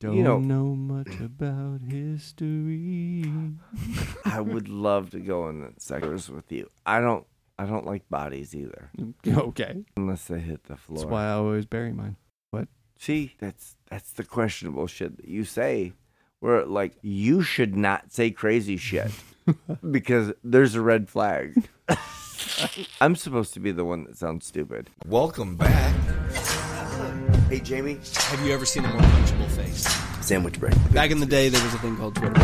Don't know- know much about history. I would love to go in the sectors with you. I don't. I don't like bodies either, okay. unless they hit the floor. That's why I always bury mine. See, that's that's the questionable shit that you say. Where like you should not say crazy shit because there's a red flag. I'm supposed to be the one that sounds stupid. Welcome back. Hey Jamie, Have you ever seen a more punchable face? sandwich break. Back in the day, there was a thing called Twitter.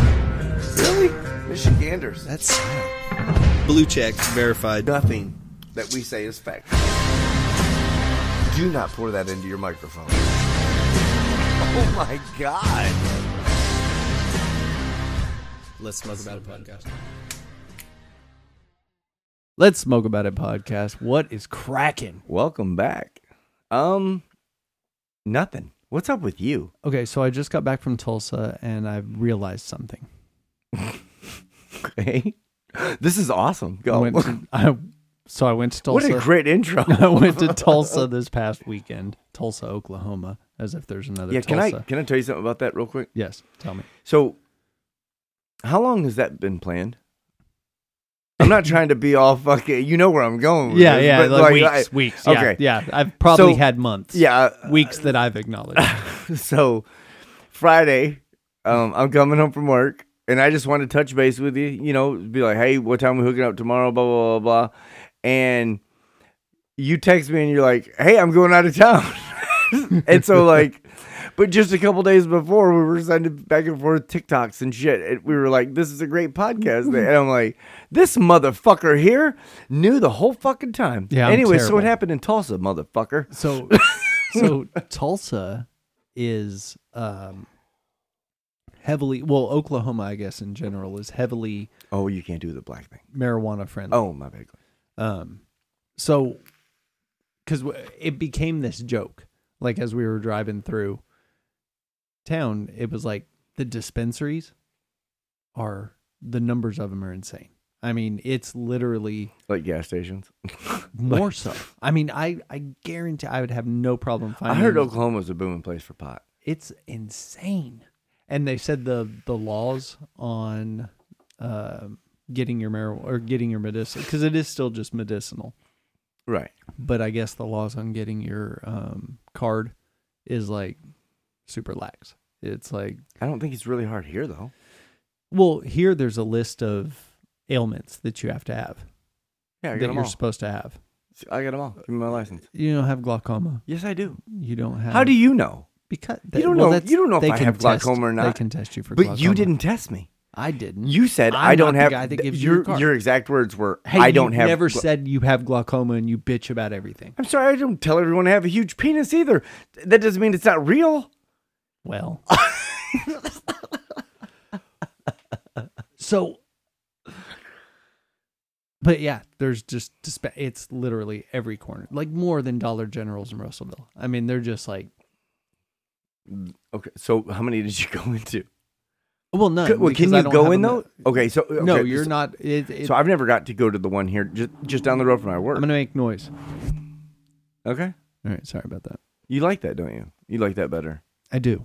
Really, Michiganders. That's blue check verified. Nothing that we say is factual. Do not pour that into your microphone. Oh my god. Let's smoke about a podcast. Let's smoke about it podcast. What is cracking? Welcome back. Um, nothing. What's up with you? Okay, so I just got back from Tulsa and I realized something. Okay. This is awesome. I Go. went to, I, so I went to what Tulsa. a great intro. I went to Tulsa this past weekend, Tulsa, Oklahoma, as if there's another yeah, Tulsa. can I can I tell you something about that real quick? Yes, tell me. So, how long has that been planned? I'm not trying to be all fucking. You know where I'm going. With Yeah, this, yeah, but, like, weeks, I- weeks. Yeah, Okay. yeah. I've probably So- had months. Yeah. weeks that I've acknowledged. So, Friday, um, I'm coming home from work, and I just want to touch base with you. You know, be like, hey, what time we hooking up tomorrow? Blah blah blah blah. And you text me, and you're like, hey, I'm going out of town. and so like but just a couple days before we were sending back and forth tiktoks and shit and we were like this is a great podcast and i'm like this motherfucker here knew the whole fucking time Yeah, I'm anyway so terrible. what happened in tulsa motherfucker So, so Tulsa is um, heavily well, Oklahoma, I guess in general, is heavily oh you can't do the black thing marijuana friendly. oh my bad Um, so because it became this joke, like as we were driving through town, it was like the dispensaries are the numbers of them are insane. I mean, it's literally like gas stations more so. I mean, I I guarantee I would have no problem I, finding. heard Oklahoma's a booming place for pot. it's insane. And they said the the laws on uh, getting your marijuana or getting your medicinal because it is still just medicinal, Right. but I guess the laws on getting your um, card is like super lax. It's like I don't think it's really hard here though. well, here there's a list of ailments that you have to have Yeah, I that got them you're all. supposed to have. I got them all. Give me my license. You don't have glaucoma. Yes, I do. You don't have How do you know? because you don't know- that's- you don't know if they I can have test- glaucoma or They not. can test you for But glaucoma. you didn't test me. I didn't. You said I'm I don't not the have. guy that th- gives you your, your card. exact words were Hey, I don't you have. never gla- said you have glaucoma and you bitch about everything. I'm sorry. I don't tell everyone I have a huge penis either. Th- That doesn't mean it's not real. Well. so But yeah, there's just disp- it's literally every corner. Like more than Dollar Generals in Russellville. I mean, they're just like Okay. So how many did you go into? well, none. C- well, because can I you don't go have in them- though? Okay. So No, okay, you're so, not it, it, So I've never got to go to the one here just just down the road from my work. I'm going to make noise. okay. All right, sorry about that. You like that, don't you? You like that better. I do.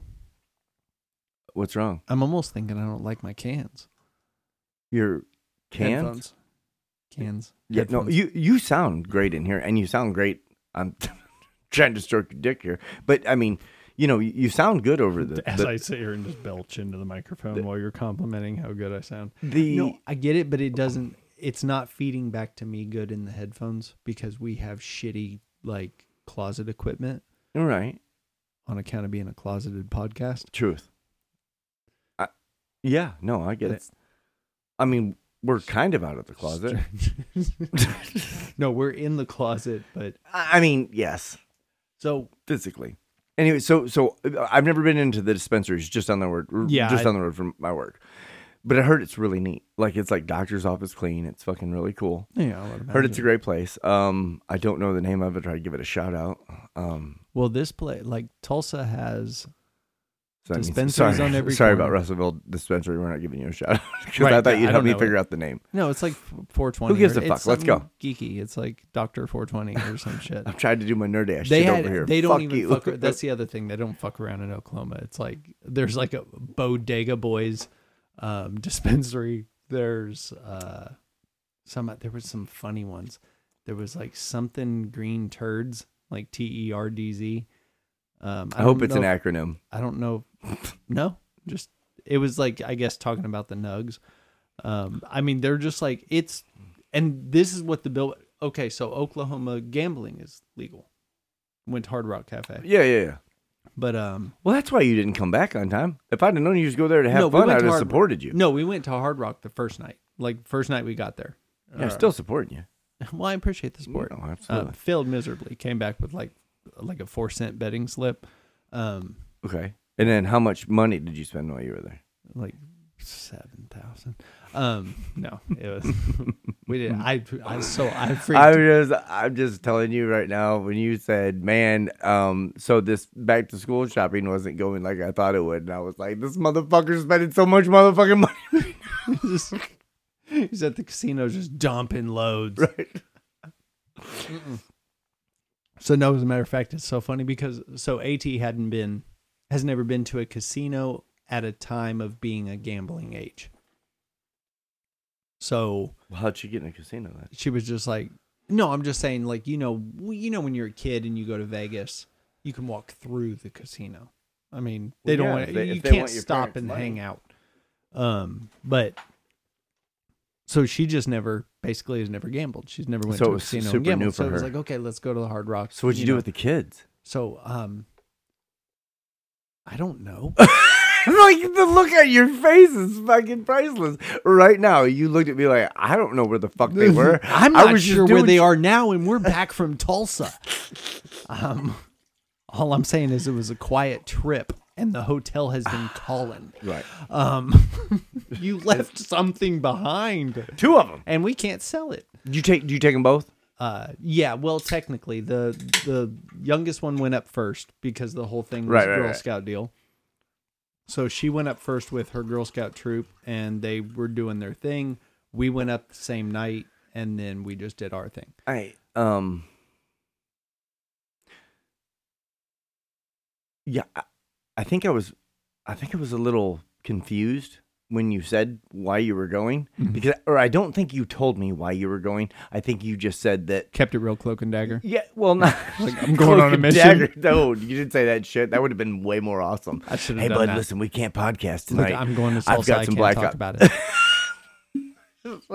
What's wrong? I'm almost thinking I don't like my cans. Your cans. Headphones. Cans. Yeah, no, Headphones. you you sound great in here, and you sound great. I'm trying to stroke your dick here, but I mean, you know, you, you sound good over the as the, I sit here and just belch into the microphone while you're complimenting how good I sound. the No, I get it, but it doesn't. It's not feeding back to me good in the headphones because we have shitty like closet equipment right on account of being a closeted podcast. truth. I, yeah, no, I get That's- it. I mean, we're kind of out of the closet. no, we're in the closet, but I I mean, yes, so physically. Anyway, so so uh, I've never been into the dispensaries just on the road, r- Yeah, just I- on the road from my work. But I heard it's really neat. Like it's like doctor's office clean. It's fucking really cool. yeah, I would Heard it's a imagine. great place. Um, I don't know the name of it. I'd give it a shout out. Um, Well, this play like Tulsa has So that means- Dispensaries sorry, on every Sorry corner. about Russellville dispensary. We're not giving you a shout out because Right, I thought yeah, you'd I help don't me know figure out the name. No, it's like 420. Who gives or- a fuck? it's Let's go. something Geeky. It's like Doctor 420 or some shit. I'm trying to do my nerd ass They shit had, over here. they don't Fuck even you. fuck. That's the other thing. They don't fuck around in Oklahoma. It's like there's like a bodega boys um, dispensary. There's uh, some. There was some funny ones. There was like something green turds, like T E R D Z. Um, I hope don't it's know an if- acronym. I don't know. No, just it was like I guess talking about the Nugs. Um, I mean, they're just like it's, and this is what the bill. Okay, so Oklahoma gambling is legal. Went to Hard Rock Cafe, Yeah, yeah, yeah. but um, Well, that's why you didn't come back on time. If I'd have known you was go there to have No, we fun, went I'd to have Hard- supported you. no, we went to Hard Rock the first night. Like first night we got there. yeah, Uh, I'm still supporting you. Well, I appreciate the support. No, Uh, absolutely. failed miserably. Came back with like like a four cent betting slip. Um, okay. And then how much money did you spend while you were there? like seven thousand. Um, no, it was we did. I I so I freaked. I'm just, I'm just telling you right now. When you said, "Man, um, so this back to school shopping wasn't going like I thought it would," and I was like, "This motherfucker's spending so much motherfucking money." Just- He's at the casino just dumping loads. Right. So no, as a matter of fact, it's so funny because so At hadn't been has never been to a casino at a time of being a gambling age. So Well, how'd she get in a casino then? she was just like, "No, I'm just saying, like you know, w- you know, when you're a kid and you go to Vegas, you can walk through the casino. I mean, they Well, yeah, don't if want they- you if they can't want your stop parents' and money. hang out. Um, but so she just never, basically, has never gambled. She's never went So to it a was casino super and gambled. new for so it was her. like, okay, let's go to the Hard Rock. So what'd you, do with the kids? So um, I don't know. like the look at your face is fucking priceless. Right now, you looked at me like I don't know where the fuck they were. I'm I not was just sure where doing they sh- are now, and we're back from Tulsa. Um, all I'm saying is it was a quiet trip, and the hotel has been calling. Right, Um, you left something behind, two of them. and we can't sell it. Do you take? Do you take them both? Uh, yeah, well, technically, the the youngest one went up first because the whole thing was Right, a right, Girl right. Scout deal. So she went up first with her Girl Scout troop, and they were doing their thing. We went up the same night, and then we just did our thing. I um. Yeah, I, I think I was, I think I was a little confused when you said why you were going Mm-hmm. because, or I don't think you told me why you were going. I think you just said that kept it real cloak and dagger. Yeah, well, not Like, I'm going on a Cloak and mission. dagger. No, you didn't say that shit. That would have been way more awesome. I should've Hey, done bud, that. listen, we can't podcast Look, tonight. I'm going to Tulsa. I've got I some can't black talk eye- about it.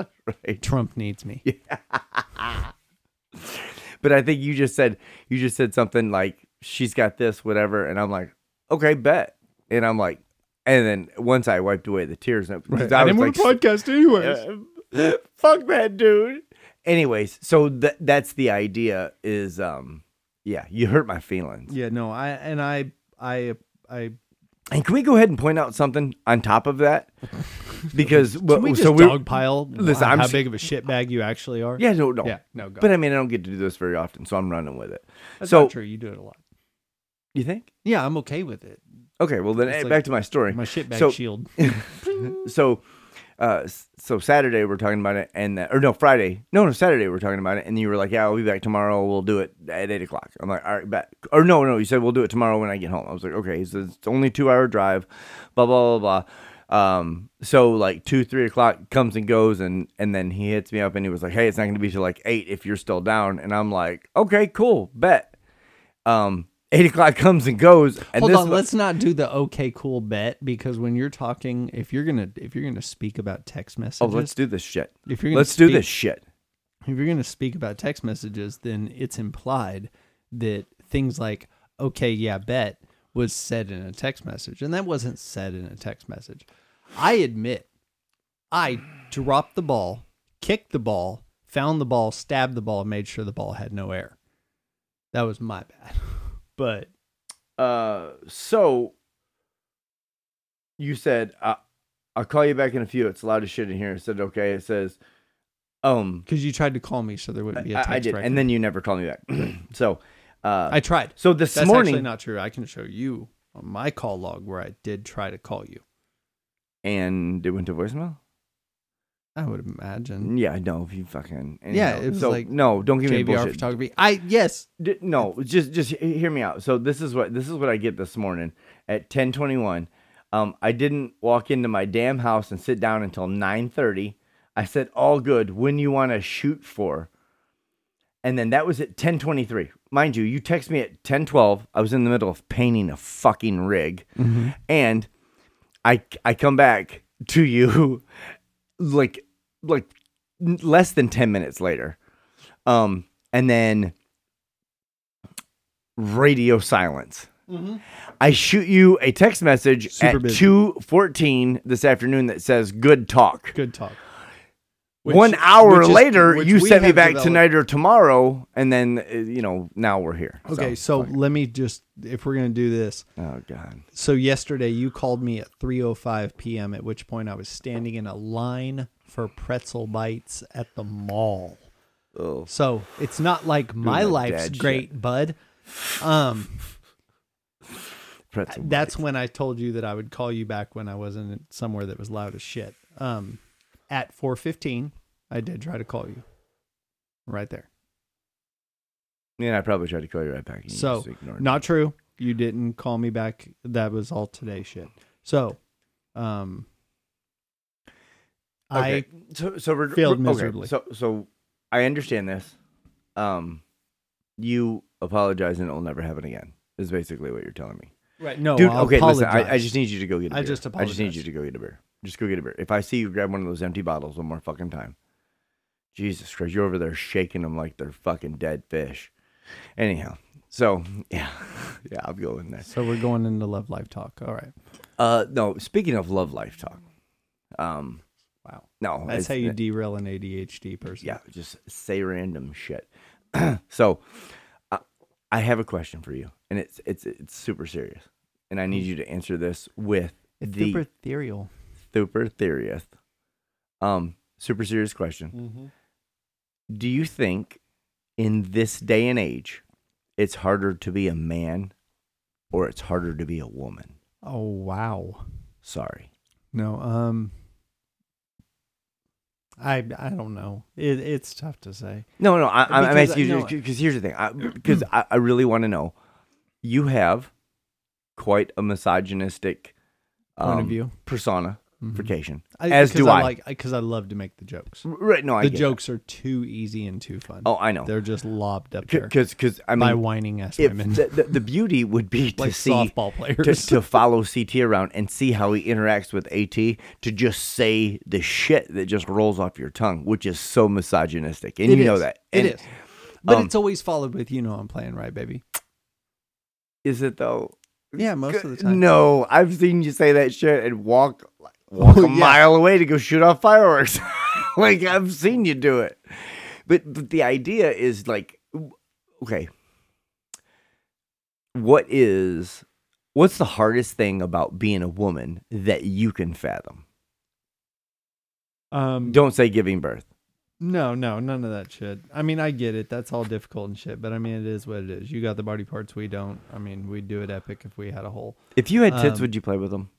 right. Trump needs me. But I think you just said you just said something like she's got this, whatever, and I'm like, okay, bet. And I'm like, and then once I wiped away the tears, and- 'cause I, was like, podcast anyways. Uh, fuck that dude. Anyways, so th- that's the idea. Is um, yeah, you hurt my feelings. Yeah, no, I and I I I And can we go ahead and point out something on top of that? Because well, can we just so we're- dogpile Listen, how I'm s- big of a shitbag you actually are? Yeah, no, no, Yeah, no, go. But I mean, I don't get to do this very often, so I'm running with it. That's so not true. You do it a lot. you think? Yeah, I'm okay with it. Okay, well then, It's hey, like back to my story. My shitbag so, shield. So, uh, s- so Saturday we're talking about it, and uh, or no, Friday, no, no, Saturday we're talking about it, and you were like, "Yeah, I'll be back tomorrow. We'll do it at eight o'clock." I'm like, "All right, bet." Or no, no, you said we'll do it tomorrow when I get home. I was like, "Okay, so it's only two hour drive, blah blah blah blah." Um, so like two, three o'clock comes and goes, and and then he hits me up, and he was like, "Hey, it's not going to be till like eight if you're still down," and I'm like, "Okay, cool, bet." Um, eight o'clock comes and goes, and Hold this on, let's not do the okay cool bet because when you're talking, if you're gonna if you're gonna speak about text messages, oh, let's do this shit. if you're gonna Let's do speak- this shit. if you're going to speak about text messages, then it's implied that things like, okay, yeah, bet was said in a text message. And that wasn't said in a text message. I admit, I dropped the ball, kicked the ball, found the ball, stabbed the ball, and made sure the ball had no air. That was my bad. But Uh, so you said uh, I'll call you back in a few. It's a lot of shit in here. I said okay. It says um because you tried to call me, so there wouldn't be a I, text I did, record. and then you never called me back. so uh, I tried. so this That's morning actually not true. I can show you on my call log where I did try to call you. and it went to voicemail. I would imagine. Yeah, no, if you fucking Mm. Yeah, it was so, like no, don't give me JVR bullshit. photography. I yes. D- no, just just he- hear me out. So this is what this is what I get this morning at ten twenty one. Um, I didn't walk into my damn house and sit down until nine thirty. I said all good. When you want to shoot for, and then that was at ten twenty three. Mind you, you text me at ten twelve. I was in the middle of painting a fucking rig, Mm-hmm. and I I come back to you like like n- less than 10 minutes later. Um and then radio silence. I shoot you a text message Mm-hmm. Super at busy. 2:14 this afternoon that says good talk. Good talk. 1 hour which is- later which you we sent me have back developed. tonight or tomorrow and then uh, you know now we're here. Okay, so, let me just if we're gonna do this. Oh god. So yesterday you called me at 3:05 p.m. at which point I was standing in a line for pretzel bites at the mall. Oh. So it's not like my that life's dad shit. great, bud. Um, Pretzel. that's when I told you that I would call you back when I wasn't somewhere that was loud as shit. Um, at 4:15, I did try to call you. Right there. Yeah, I probably tried to call you right back. and you So, just ignored me. Not true. You didn't call me back. That was all today shit. So, um, I Okay. so so we're, failed we're- okay, miserably. So so I understand this. Um, you apologize and it'll never happen again. Is basically what you're telling me, right no dude. Oh, I'll okay, listen. I, I apologize. just need you to go get. I I just I just need you apologize. to go get a beer. Just go get a beer. If I see you grab one of those empty bottles one more fucking time, Jesus Christ, you're over there shaking them like they're fucking dead fish. Anyhow, so yeah, yeah, I'm going there. so we're going into love life talk. All right. Uh, no. Speaking of love life talk, um, Wow. no, That's it's- how you derail an ADHD person. yeah, just say random shit. so, I, I have a question for you, and it's it's it's super serious, and I need you to answer this with Mm. It's the super ethereal. super serious, um, super serious question. Mm-hmm. Do you think, in this day and age, it's harder to be a man, or it's harder to be a woman? Oh wow. Sorry, No. Um. I I don't know. It, it's tough to say. no, no. I, I- I'm Because, asking uh, you no, because here's the thing, because I, I really want to know. You have quite a misogynistic Point of um, view. Mm-hmm. personification. I, As 'cause do I. like because I love to make the jokes. Right? No, I the get jokes are too easy and too fun. It. Oh, I know. They're just lobbed up there Because because I by mean, whining ass if women, the, the, the beauty would be to like see softball to, players. to follow CT around and see how he interacts with AT to just say the shit that just rolls off your tongue, which is so misogynistic, and It you know is. that. It And is. But um, it's always followed with you know I'm playing right, baby. Is it though? Yeah, most of the Good- time. Oh, No, I've seen you say that shit and walk walk a yeah. mile away to go shoot off fireworks. like I've seen you do it. But but the idea is like w- okay. What is what's the hardest thing about being a woman that you can fathom? Um, Don't say giving birth. No, no, none of that shit. I mean, I get it. That's all difficult and shit. But I mean, it is what it is. You got the body parts. We don't. I mean, we'd do it epic if we had a whole. If you had tits, Um, would you play with them?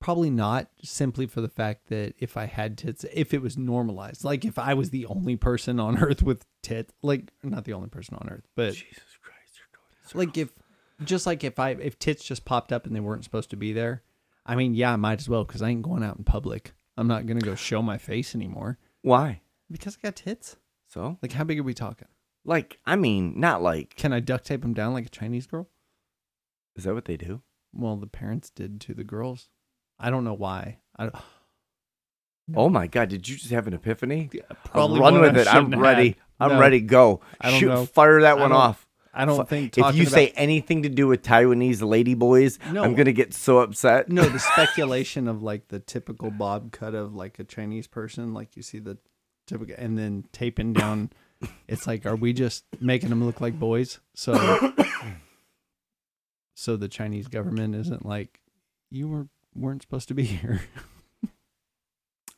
Probably not, simply for the fact that if I had tits, if it was normalized, like if I was the only person on earth with tit, like not the only person on earth, but Jesus Christ, you're going like if just like if I if tits just popped up and they weren't supposed to be there, I mean, yeah, I might as well because I ain't going out in public. I'm not gonna go show my face anymore Why? because I got tits. So? Like, how big are we talking? Like, I mean, not like Can I duct tape them down like a Chinese girl? is that what they do? Well, the parents did to the girls. I don't know why. I don't- Oh my god, did you just have an epiphany? probably run one with I it. I'm shouldn't have ready. had. I'm No. ready. Go. I don't Shoot, know. fire that I one don't- off. I Fu- don't think if talking you about- say anything to do with Taiwanese ladyboys, No. I'm gonna get so upset. no, the speculation of like the typical bob cut of like a Chinese person, like you see the typical, and then taping down. It's like, are we just making them look like boys? So, so the Chinese government isn't like you were weren't supposed to be here.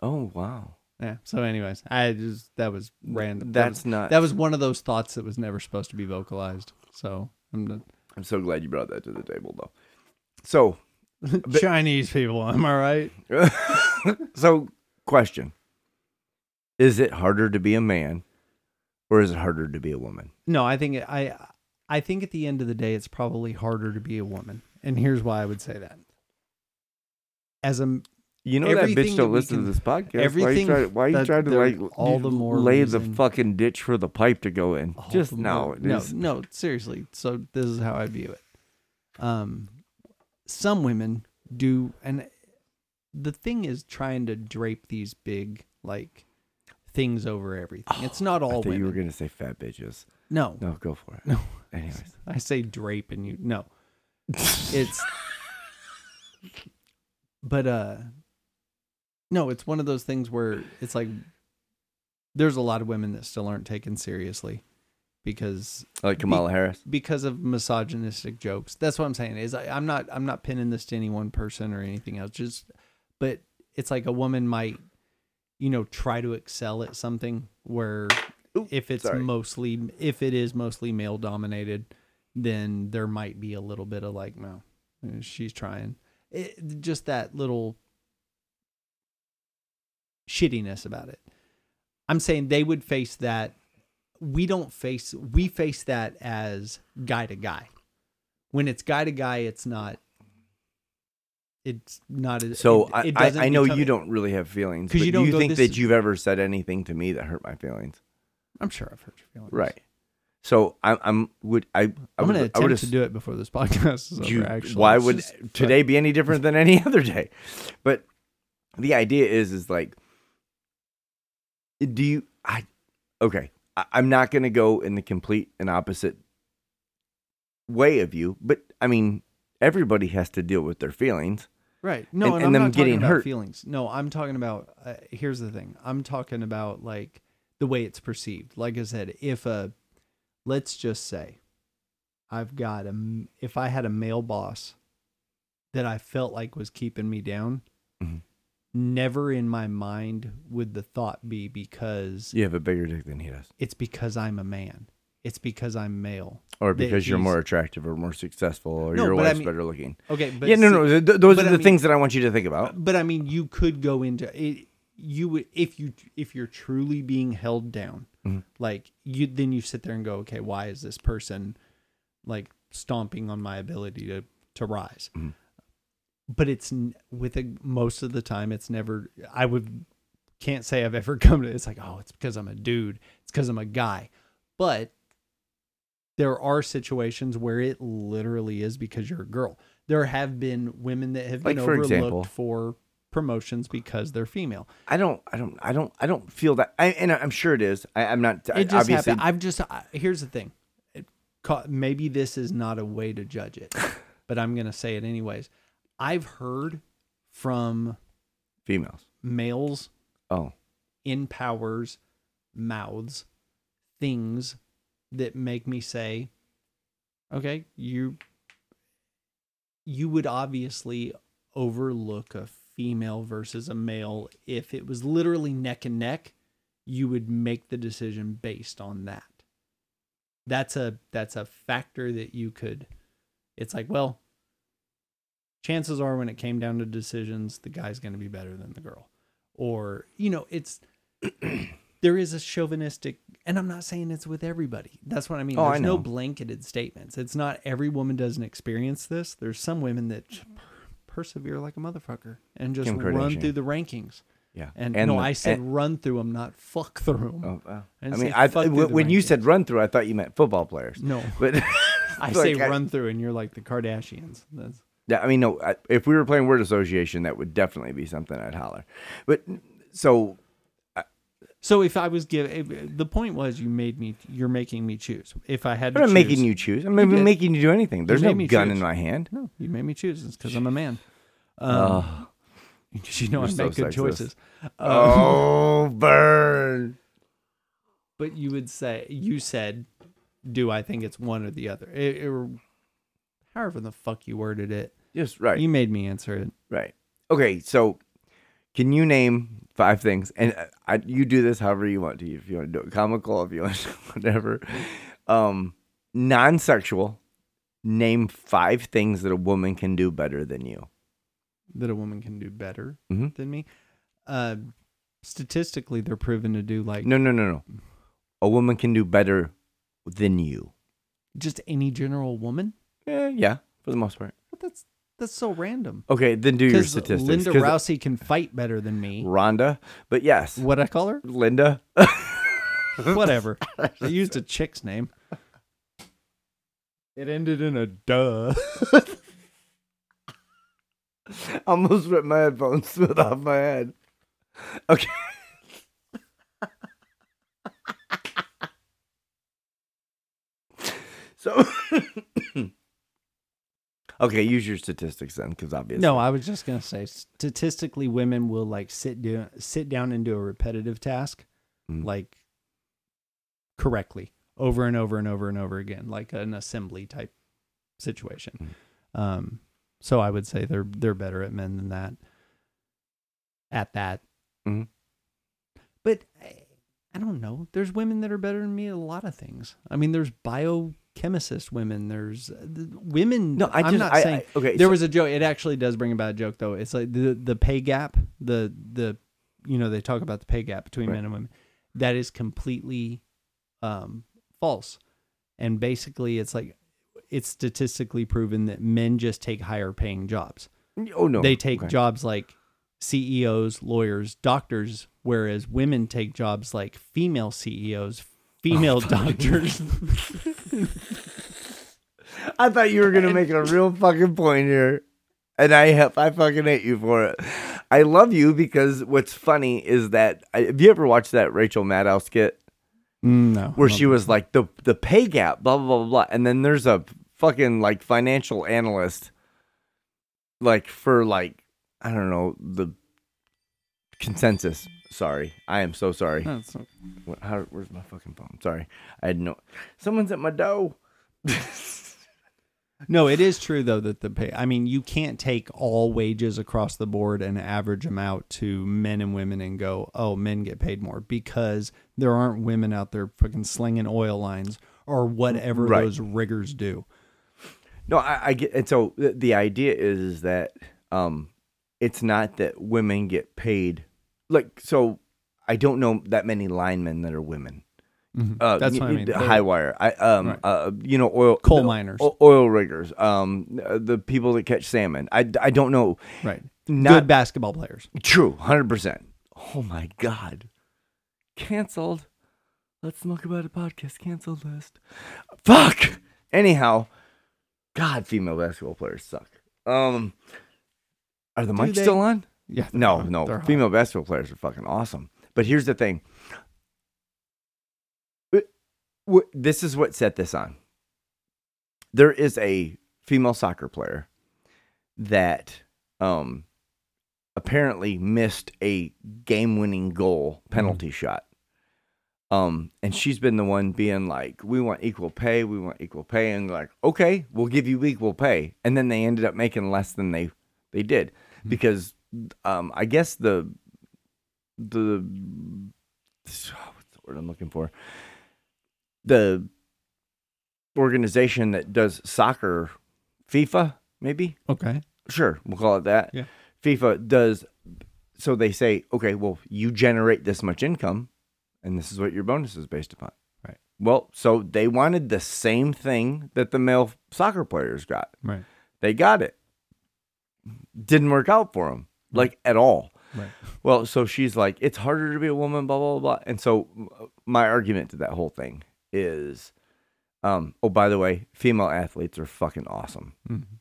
Oh wow, Yeah. So, anyways, I just that was random. That was- That's not. that was one of those thoughts that was never supposed to be vocalized. So I'm not, I'm so glad you brought that to the table, though. So, But- Chinese people, am I right? so question: Is it harder to be a man, or is it harder to be a woman? No, I think I I think at the end of the day it's probably harder to be a woman. And here's why I would say that. As a You know that Everything bitch that don't we listen can- to this podcast. everything Why you try, why you that try to they're like all the more lay reason- the fucking ditch for the pipe to go in? Oh, Just the no, Lord. it no, is- no. Seriously. So this is how I view it. Um, some women do, and the thing is trying to drape these big like things over everything. It's not Oh, I all thought women. you were gonna say fat bitches. no, No, go for it. No. Anyways, I say drape, and you no. It's, but uh, no. It's one of those things where it's like there's a lot of women that still aren't taken seriously because like Kamala Harris. because of misogynistic jokes. That's what I'm saying. Is I, I'm not I'm not pinning this to any one person or anything else. Just, but it's like a woman might, you know, try to excel at something where Ooh, if it's sorry. mostly if it is mostly male dominated, then there might be a little bit of like, no, she's trying. It, just that little shittiness about it. I'm saying they would face that. We don't face, we face that as guy to guy. When it's guy to guy, it's not, it's not. as- So it- I, it I, doesn't I know become- you don't really have feelings 'Cause you because you don't You go, think "This that is-" you've ever said anything to me that hurt my feelings, I'm sure I've hurt your feelings. right? So I'm, I'm would I? I I'm would, going to I would attempt to do it before this podcast is over, you- actually. why It's would just- today be any different than any other day? But the idea is, is like, do you? I okay. I, I'm not going to go in the complete and opposite way of you, but I mean, everybody has to deal with their feelings. Right. No, and, and- and I'm them not talking getting about hurt. feelings. No, I'm talking about. Uh, here's the thing. I'm talking about like the way it's perceived. Like I said, if a, let's just say, I've got a, m- if I had a male boss, that I felt like was keeping me down. Mhm. Never in my mind would the thought be because You have a bigger dick than he does, it's because I'm a man. It's because I'm male. or That because you're he's- more attractive, or more successful, or No, your but I wife's mean- better looking. Okay, but yeah, no, see- no. Th- th- those but are I the mean- things that I want you to think about. but I mean, you could go into it. You would if you if you're truly being held down, Mhm. like you then you sit there and go, okay, why is this person like stomping on my ability to to rise? Mhm. But it's n- with a most of the time, it's never. I would can't say I've ever come to. It's like, oh, it's because I'm a dude. It's because I'm a guy. But there are situations where it literally is because you're a girl. There have been women that have been Like, for overlooked example. for promotions because they're female. I don't, I don't, I don't, I don't feel that. I, and I'm sure it is. I, I'm not. I- It just obviously, happened. I've just I, here's the thing. It, ca- maybe this is not a way to judge it, but I'm gonna say it anyways. I've heard from females. males Oh, in powers mouths things that make me say okay you you would obviously overlook a female versus a male if it was literally neck and neck you would make the decision based on that that's a that's a factor that you could it's like well chances are when it came down to decisions the guy's going to be better than the girl or you know it's there is a chauvinistic and i'm not saying it's with everybody that's what i mean Oh, I there's no know. blanketed statements it's not every woman doesn't experience this there's some women that per- persevere like a motherfucker and just Kim run Kardashian. through the rankings yeah. and, no the- i said and- run through them not fuck through them oh, wow. I I, didn't mean, say I fuck th- through the when you rankings. said run through, I thought you meant football players. no But i like say I- run through and you're like the kardashians that's yeah, I mean, no. I, if we were playing word association, that would definitely be something I'd holler. But so So if I was give the point was you made me you're making me choose. If I had to I'm not choose, making you choose. I'm not You did. even making you do anything. There's made no me gun choose. in my hand. no, you made me choose. It's because I'm a man. Um, Ugh. 'cause you know I you're so make good sexist. choices. Um, oh, burn. But you would say you said, do I think it's one or the other? It, it- however the fuck you worded it, Yes, right. you made me answer it. Right. Okay. So, can you name five things? And uh, I, you do this however you want to. If you want to do it comical, if you want to, whatever. Um, non-sexual, name five things that a woman can do better than you. that a woman can do better Mhm. than me. Uh, statistically, they're proven to do like No, no, no, no. A woman can do better than you. just any general woman. Yeah, yeah, for the most part. But that's that's so random. Okay, then do your Because statistics. Linda 'cause Rousey can fight better than me. Rhonda, but yes, What I call her? Linda. Whatever. I used a chick's name. It ended in a duh. Almost ripped my headphones split off my head. Okay. so, okay, use your statistics then, because obviously, No, I was just gonna say statistically, women will like sit down, sit down and do a repetitive task, Mm. like correctly over and over and over and over again, like an assembly type situation. Mm. Um, so I would say they're they're better at men than that. At that, Mhm. but I, I don't know. There's women that are better than me at a lot of things. I mean, there's biochemist women. There's uh, th- women. No, I I'm just- not I- saying I- okay, There so- was a joke. It actually does bring about a joke though. It's like the the pay gap. The the you know they talk about the pay gap between Right. men and women. That is completely um, false. And basically, it's like it's statistically proven that men just take higher paying jobs. oh no, they take okay. jobs like CEOs, lawyers, doctors, whereas women take jobs like female CEOs, Oh, female doctors. I thought you were gonna make a real fucking point here, and I have I fucking hate you for it. I love you because what's funny is that I- have you ever watched that Rachel Maddow skit no, where she was like the the pay gap, blah blah blah blah, blah. and then there's a fucking like financial analyst, like for like I don't know the consensus. Sorry, I am so sorry. That's- What, how, where's my fucking phone? Sorry, I had no. Someone's at my door. No, it is true though that the pay. I mean, you can't take all wages across the board and average them out to men and women and go, "Oh, men get paid more," because there aren't women out there fucking slinging oil lines or whatever Right. those riggers do. No, I, I get, and so the, the idea is, is that um, it's not that women get paid. Like, so I don't know that many linemen that are women. Uh, Mm-hmm. That's y- what I y- mean. the They're- High wire. I um Right. uh you know oil Coal the- miners. o- oil riggers. Um, uh, the people that catch salmon. I, I don't know. Right. Good Not basketball players. true. Hundred percent. Oh my god. Cancelled. Let's smoke about a podcast. Cancelled list. Fuck. Anyhow, God, female basketball players suck. Um, are the mics they? still on? Yeah. they're No, hot. no. They're hot. Female basketball players are fucking awesome. But here's the thing. It- wh- This is what set this on. There is a female soccer player that um, apparently missed a game-winning goal Mm-hmm. penalty shot. Um, and she's been the one being like, "We want equal pay. We want equal pay." And like, "Okay, we'll give you equal pay." And then they ended up making less than they they did Mm-hmm. because um, I guess the the oh, what's the word I'm looking for the organization that does soccer, FIFA maybe Okay. sure we'll call it that Yeah. fifa does so they say okay well you generate this much income and this is what your bonus is based upon Right. well so they wanted the same thing that the male soccer players got Right. they got it didn't work out for them Mm. like at all Right. well so she's like it's harder to be a woman blah blah blah and so m- my argument to that whole thing is um oh by the way female athletes are fucking awesome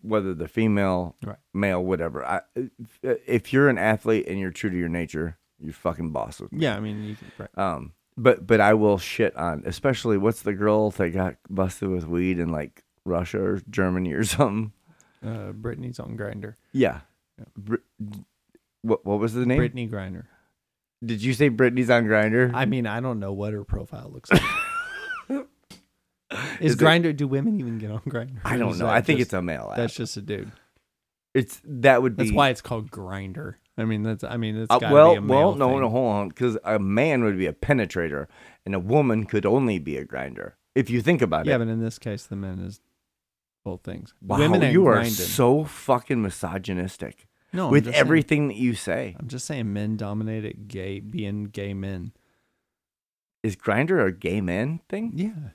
whether the female Right. male whatever I, uh, if you're an athlete and you're true to your nature you're fucking boss with me. Yeah. I mean, you can, right. um but but i will shit on especially what's the girl that got busted with weed in like russia or germany or something Uh, Brittany's on Grinder. yeah, Br- what, what was the name Brittany Grinder. did you say brittany's on grinder I mean, I don't know what her profile looks like. Is, it- Grinder? Do women even get on Grinder? I don't know. I think it's a male app. that's just a dude. It's that would be. That's why it's called grinder. I mean, that's I mean, it's Uh, gotta well, be a male well, no, thing. no, hold on, because a man would be a penetrator, and a woman could only be a grinder. If you think about Yeah, it, but in this case, the man is both things. Wow, Women and you are grinding. so fucking misogynistic no, I'm with just saying- everything that you say. I'm just saying, men dominate at gay being gay men. Is grinder a gay man thing? Yeah,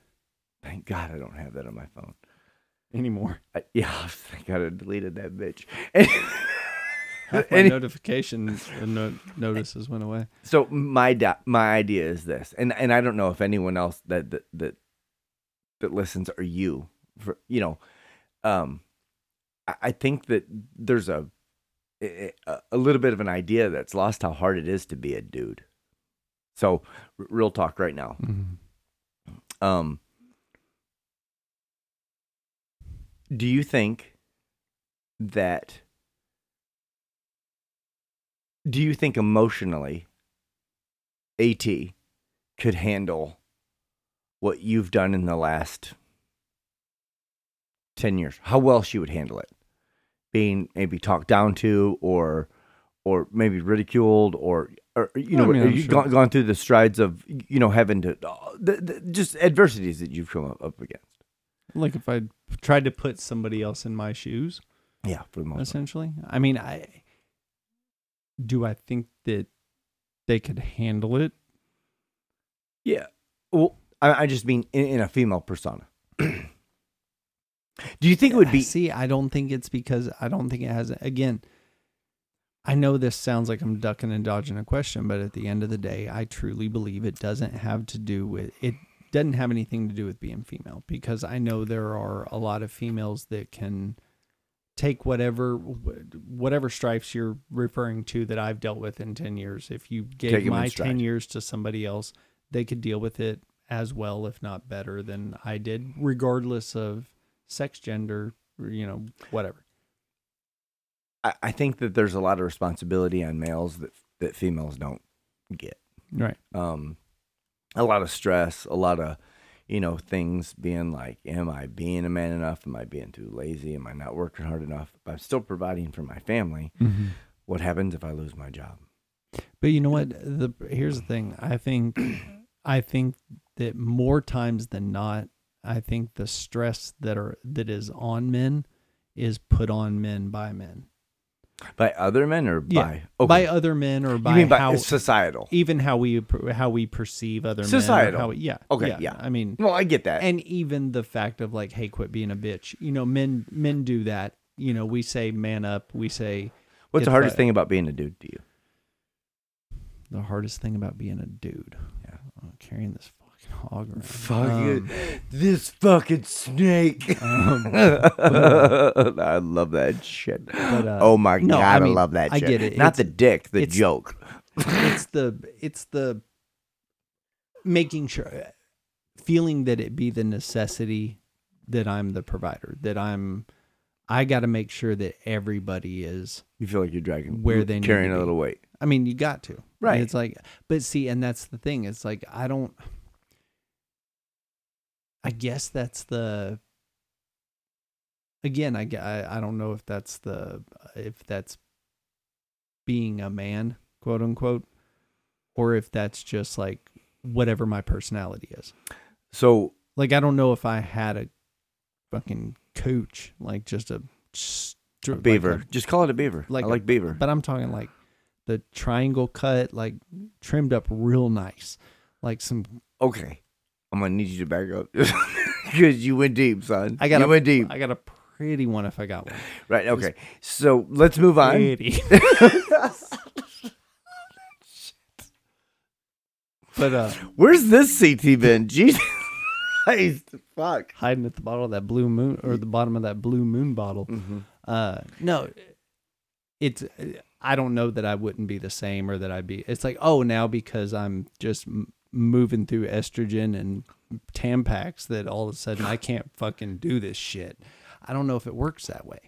Thank God I don't have that on my phone. anymore. I, yeah, thank God I deleted that bitch. Half my Any- notification uh, no- notices went away. So my da- my idea is this, and and I don't know if anyone else that that that, that listens or you, for, you know, um, I, I think that there's a, a a little bit of an idea that's lost how hard it is to be a dude. So r- real talk right now, um, do you think that? Do you think emotionally, AT could handle what you've done in the last ten years? How well she would handle it, being maybe talked down to, or or maybe ridiculed, or or you Well, I know, mean, I'm you've sure. gone, gone through the strides of you know having to uh, the, the, just adversities that you've come up, up against. Like if I tried to put somebody else in my shoes, Yeah, for the most part. essentially. I mean, I do. I think that they could handle it. Yeah. Well, I, I just mean in, in a female persona. Do you think it would be? See, I don't think it's because I don't think it has. Again, I know this sounds like I'm ducking and dodging a question, but at the end of the day, I truly believe it doesn't have to do with it. Doesn't have anything to do with being female because I know there are a lot of females that can take whatever whatever stripes you're referring to that I've dealt with in 10 years. If you Take gave 'em in my stride. 10 years to somebody else, they could deal with it as well if not better than I did regardless of sex, gender, or, you know, whatever. I, I think that there's a lot of responsibility on males that that females don't get. Right. Um, a lot of stress, a lot of you know things being like, am I being a man enough? Am I being too lazy? Am I not working hard enough? If I'm still providing for my family. What happens if I lose my job? But you know what? The here's the thing. I think I think that more times than not, I think the stress that are that is on men is put on men by men. By other men or Yeah. by okay. By other men or by, you mean by how it's societal? even how we per- how we perceive other men. or Societal. How we, yeah. Okay, yeah. I mean, Well, I get that. and even the fact of like, hey, quit being a bitch. You know, men men do that. You know, we say man up. We say What's the if hardest I- thing about being a dude to you? the hardest thing about being a dude. Yeah. Oh, carrying this fucking hog around. Fuck Um, it. This fucking snake. um, I love that shit. uh, oh my no, god, I I, mean, love that I shit. get it. Not It's- the dick, the it's- joke. it's the it's the making sure feeling that it be the necessity that I'm the provider that I'm I got to make sure that everybody is You feel like you're dragging Where they need carrying to a be. little weight. I mean you got to And Right. it's like but see and that's the thing it's like I don't I guess that's the again I, gue- I I don't know if that's the if that's being a man quote unquote or if that's just like whatever my personality is So like I don't know if I had a fucking coach like just a, str- a like beaver. a- Just call it a beaver. like I a- like beaver. but I'm talking like the triangle cut like trimmed up real nice like some okay. I'm gonna need you to back up. Because you went deep, son. I got you a- went deep. I got a pretty one if I got one Right, okay. So let's move on. Pretty. but uh Where's this CT been? Jesus Christ, fuck. hiding at the bottom of that blue moon or the bottom of that blue moon bottle. Uh, no, it's uh, I don't know that I wouldn't be the same or that I'd be. It's like oh now because I'm just m- moving through estrogen and Tampax that all of a sudden I can't fucking do this shit. I don't know if it works that way.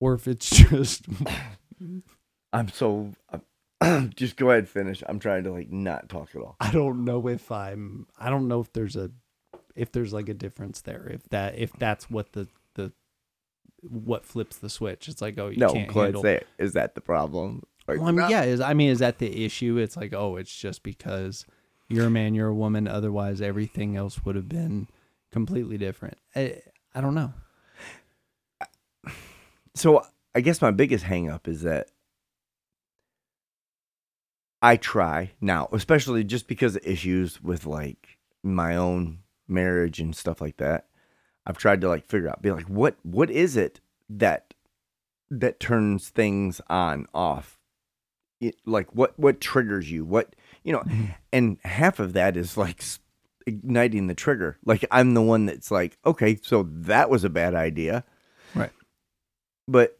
Or if it's just I'm so. I'm, just go ahead and finish. I'm trying to like not talk at all. I don't know if I'm I don't know if there's a if there's like a difference there if that if that's what the the what flips the switch it's like oh you No, can't go ahead handle and say it. Is that the problem? Like, Well, I mean, no. yeah, is I mean, is that the issue? It's like, oh, it's just because you're a man, you're a woman. Otherwise, everything else would have been completely different. I, I don't know. so I guess my biggest hang up is that I try now, especially just because of issues with like my own marriage and stuff like that. I've tried to like figure out be like what what is it that that turns things on off? It, like what what triggers you? What you know, and half of that is like s- igniting the trigger. Like I'm the one that's like, okay, so that was a bad idea but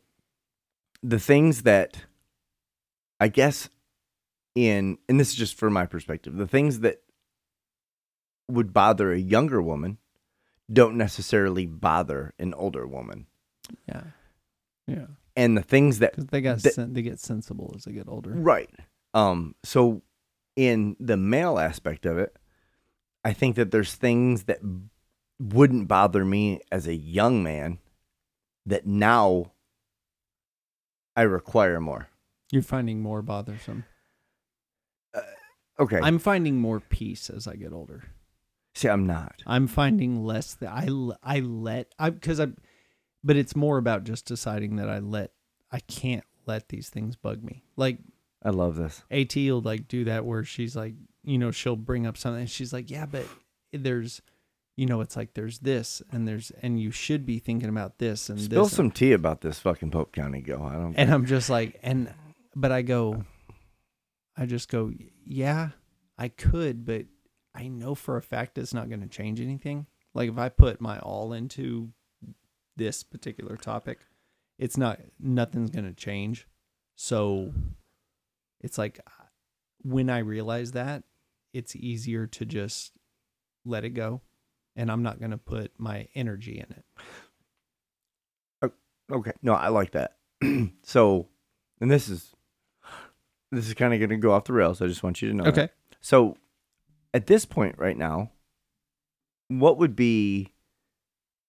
the things that I guess in and this is just from my perspective, the things that would bother a younger woman don't necessarily bother an older woman. Yeah. Yeah. And the things that Because they got The- sen- they get sensible as they get older. Right. Um, so in the male aspect of it, I think that there's things that b- wouldn't bother me as a young man that now I require more. You're finding more bothersome. Okay. I'm finding more peace as I get older. See, I'm not. I'm finding less that I l- I let I because I, but it's more about just deciding that I let I can't let these things bug me. Like I love this. At will like do that where she's like, you know, she'll bring up something and she's like, yeah, but there's, you know, it's like there's this and there's and you should be thinking about this and Spill this. some tea about this fucking Pope County go. I don't. and I'm just like, and but I go, I just go, yeah, I could, but I know for a fact it's not going to change anything. Like if I put my all into this particular topic, it's not nothing's going to change. So it's like when I realize that, it's easier to just let it go, and I'm not going to put my energy in it. okay. No, I like that. so, and this is this is kind of going to go off the rails. I just want you to know. that. So, at this point right now, what would be,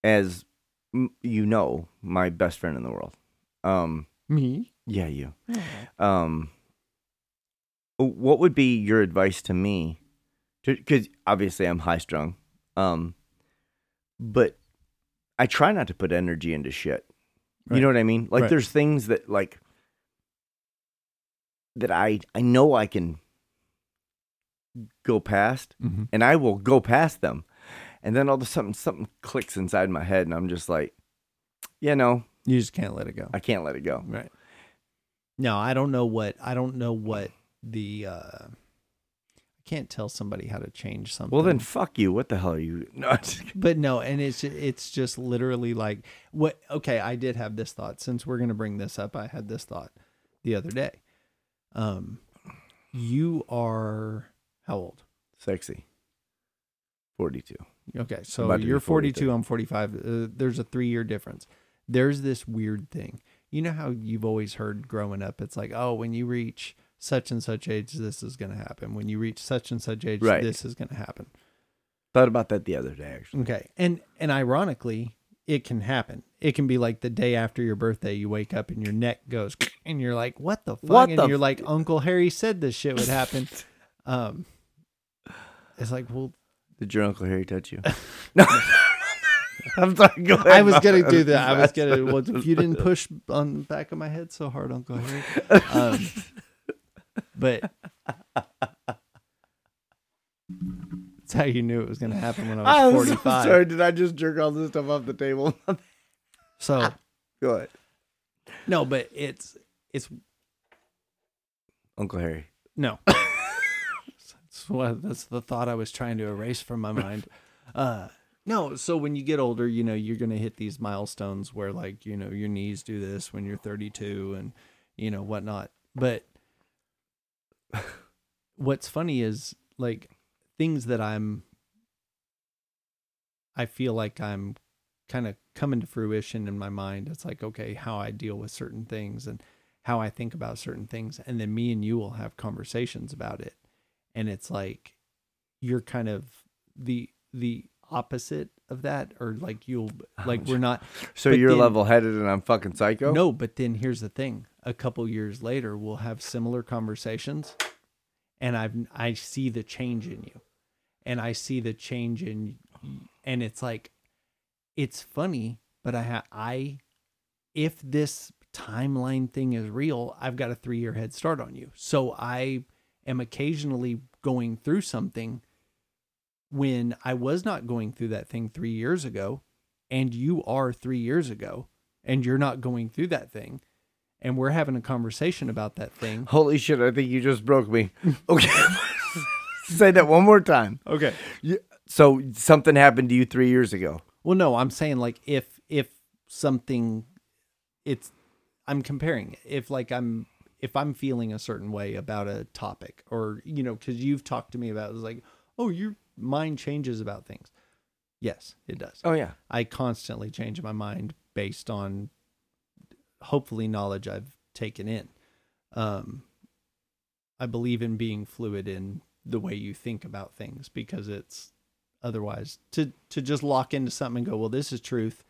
as m- you know, my best friend in the world? Um, me. yeah, you. Um, what would be your advice to me? Because obviously I'm high strung, um, but I try not to put energy into shit. You Right. know what I mean? Like Right. there's things that like that I I know I can go past, Mhm. and I will go past them. And then all of a sudden, something clicks inside my head, and I'm just like, "Yeah, no, You just can't let it go. I can't let it go." Right. No, I don't know what I don't know what the uh I can't tell somebody how to change something. Well, then, fuck you. What the hell are you? No, I'm just kidding. but no, and it's it's just literally like what okay, I did have this thought. Since we're going to bring this up, I had this thought the other day. Um you are how old? sexy. Forty-two. Okay, so About to be you're 42, 42. I'm 45. Uh, there's a three year difference. There's this weird thing. You know how you've always heard growing up, it's like, oh, when you reach such and such age, this is going to happen. When you reach such and such age, Right. this is going to happen. Thought about that the other day, actually. Okay, and and ironically, it can happen. It can be like the day after your birthday, you wake up and your neck goes, and you're like, what the fuck? What and the you're f- like, Uncle Harry said this shit would happen. um, it's like, well, Did your uncle Harry touch you? no. I'm sorry. Go ahead. I was gonna Mom. do that. I was gonna. Well, if you didn't push on the back of my head so hard, Uncle Harry. Um, but that's how you knew it was gonna happen when I I'm was so forty-five. sorry. Did I just jerk all this stuff off the table? so go ahead. no, but it's it's Uncle Harry. no. that's what that's the thought I was trying to erase from my mind. Uh, no, so when you get older, you know you're gonna hit these milestones where like you know your knees do this when you're 32 and you know whatnot. But what's funny is like things that I'm I feel like I'm kind of coming to fruition in my mind. It's like, okay, how I deal with certain things and how I think about certain things. And then me and you will have conversations about it. And it's like you're kind of the the opposite of that or like you'll like we're not So But you're then- level-headed and I'm fucking psycho. no, but then here's the thing: a couple years later, we'll have similar conversations, and I've I see the change in you, and I see the change in, and it's like, it's funny, but I ha- I if this timeline thing is real, I've got a three year head start on you. So I am occasionally going through something when I was not going through that thing three years ago, and you are three years ago, and you're not going through that thing, and we're having a conversation about that thing. Holy shit, I think you just broke me. Okay. Say that one more time. Okay. You- So something happened to you three years ago. Well, no, I'm saying like if if something it's I'm comparing it. If like I'm if I'm feeling a certain way about a topic or you know cuz you've talked to me about it, it's like, "Oh, your mind changes about things." Yes, it does. Oh yeah. I constantly change my mind based on hopefully knowledge I've taken in. Um, I believe in being fluid in the way you think about things because it's otherwise to to just lock into something and go, well, this is truth,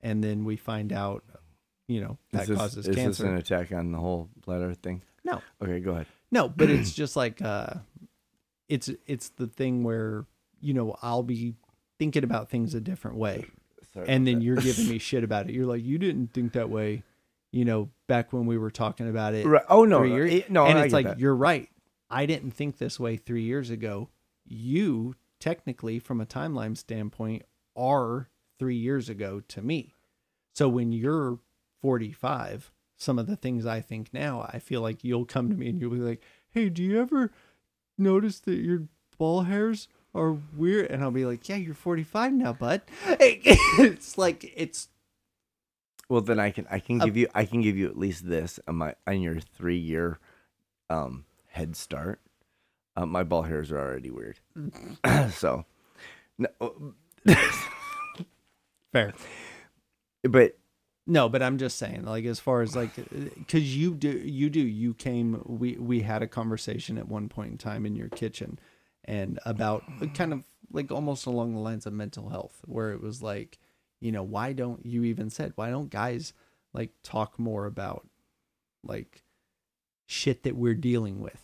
and then we find out, you know, that Is this, causes is this cancer. an attack on the whole flat Earth thing? No. Okay, go ahead. No, but it's just like uh it's it's the thing where, you know, I'll be thinking about things a different way. Sorry and about then that. you're giving me shit about it. You're like, you didn't think that way, you know, back when we were talking about it. Right. Oh no, three years. it- no, and I it's get like that. you're right. I didn't think this way three years ago. You technically, from a timeline standpoint, are three years ago to me. So when you're 45, some of the things I think now, I feel like you'll come to me and you'll be like, "Hey, do you ever notice that your ball hairs are weird?" And I'll be like, "Yeah, you're 45 now, bud." it's like it's Well, then I can I can give you I can give you at least this on my on your three year um, head start. Uh, my ball hairs are already weird, so. No, fair. but No, but I'm just saying, like as far as like, because you do, you do, you came. We we had a conversation at one point in time in your kitchen, and about uh, kind of like almost along the lines of mental health, where it was like, you know, why don't you even said why don't guys like talk more about like shit that we're dealing with?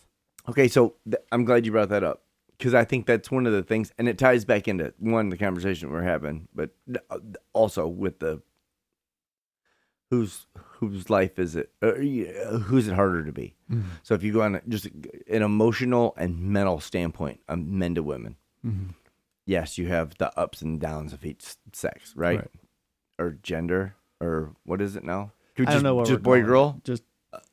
okay, so th- I'm glad you brought that up because I think that's one of the things, and it ties back into one the conversation we're having, but uh, also with the whose whose life is it? Uh, yeah, who's it harder to be? Mm-hmm. So if you go on a- just an emotional and mental standpoint, um, men to women, Mm-hmm. yes, you have the ups and downs of each sex, right? Right. Or gender, or what is it now? I don't know what just we're boy calling girl. it. Just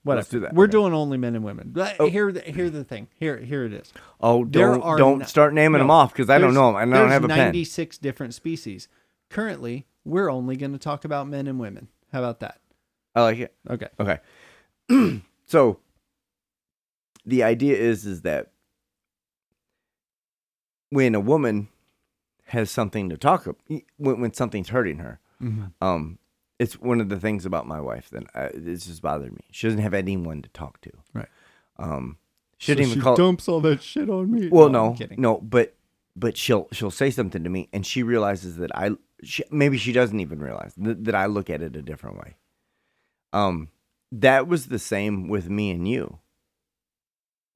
whatever. do that. We're Okay. doing only men and women. But Oh. Here, here the thing. Here, here it is. Oh, There don't are don't no- start naming no, them off because I don't know them and I don't there's have a pen. 96 different species. Currently, we're only going to talk about men and women. How about that? I like it. Okay. Oh, Okay. so the idea is is that when a woman has something to talk about, when, when something's hurting her, Mm-hmm. um, it's one of the things about my wife that I, it's just bothered me. She doesn't have anyone to talk to. Right. Um, she didn't so even she call. dumps all that shit on me. Well, No, I'm no, kidding. no, but but she'll she'll say something to me, and she realizes that I she, maybe she doesn't even realize th- that I look at it a different way. Um, that was the same with me and you.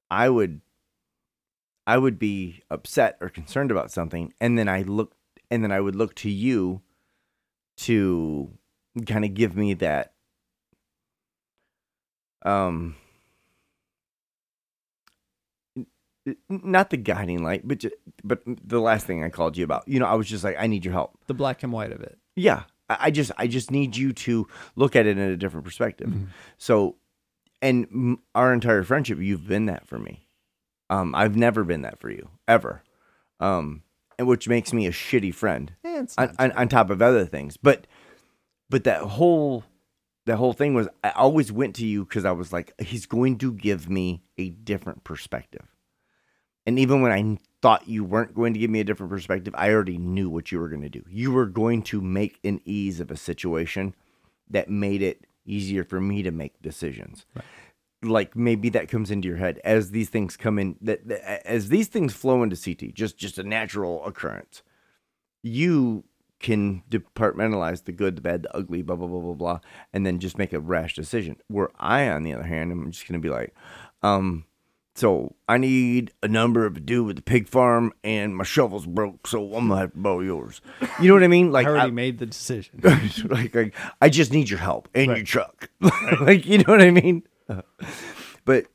I would, I would be upset or concerned about something, and then I look, and then I would look to you to kind of give me that. Um, n- not the guiding light, but ju- but the last thing I called you about. You know, I was just like, I need your help. The black and white of it. Yeah, I, I just I just need you to look at it in a different perspective. So, and m- our entire friendship, you've been that for me. Um, I've never been that for you ever. Um, and which makes me a shitty friend Eh, it's on, not- on, on top of other things. But but that whole that whole thing was I always went to you because I was like, he's going to give me a different perspective. And even when I thought you weren't going to give me a different perspective, I already knew what you were going to do. You were going to make an ease of a situation that made it easier for me to make decisions. Like maybe that comes into your head as these things come in that, that as these things flow into CT, just just a natural occurrence you can departmentalize the good, the bad, the ugly, blah blah blah blah blah, and then just make a rash decision. Where I, on the other hand, am just gonna be like, um, So I need a number of a dude with the pig farm, and my shovel's broke, so I'm gonna have to borrow yours. You know what I mean? Like I already I- made the decision. like, like I just need your help and your truck. like you know what I mean? But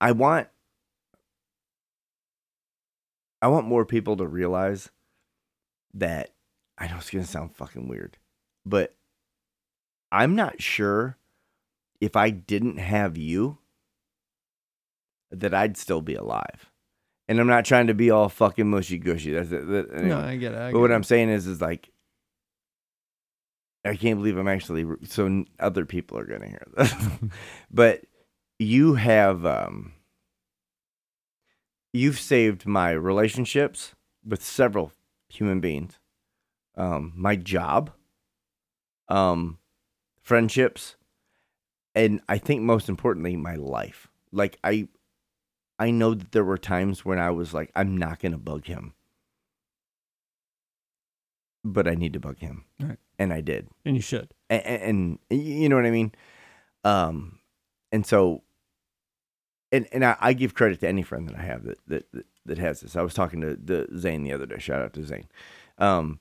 I want I want more people to realize that I know it's going to sound fucking weird, but I'm not sure if I didn't have you that I'd still be alive. And I'm not trying to be all fucking mushy gushy. That's it. That, no, I get it. I but get what it. I'm saying is, is like, I can't believe I'm actually so n- other people are gonna hear this. but you have, um, you've saved my relationships with several human beings, um, my job, um, friendships, and I think most importantly, my life. Like I, I know that there were times when I was like, I'm not gonna bug him but I need to bug him. Right. And I did. and you should. And, and, and y- you know what I mean? Um, and so, and, and I, I give credit to any friend that I have that, that, that, that has this. I was talking to the Zane the other day. Shout out to Zane. Um,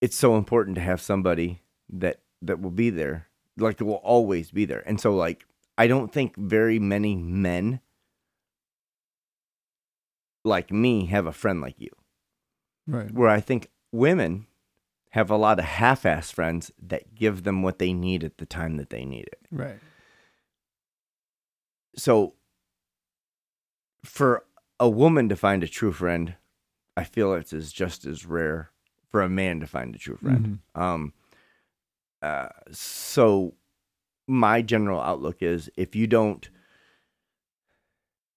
it's so important to have somebody that, that will be there, like that will always be there. And so like, I don't think very many men like me have a friend like you Right. where I think women have a lot of half-ass friends that give them what they need at the time that they need it. Right. So for a woman to find a true friend, I feel it's is just as rare for a man to find a true friend. Um uh so my general outlook is if you don't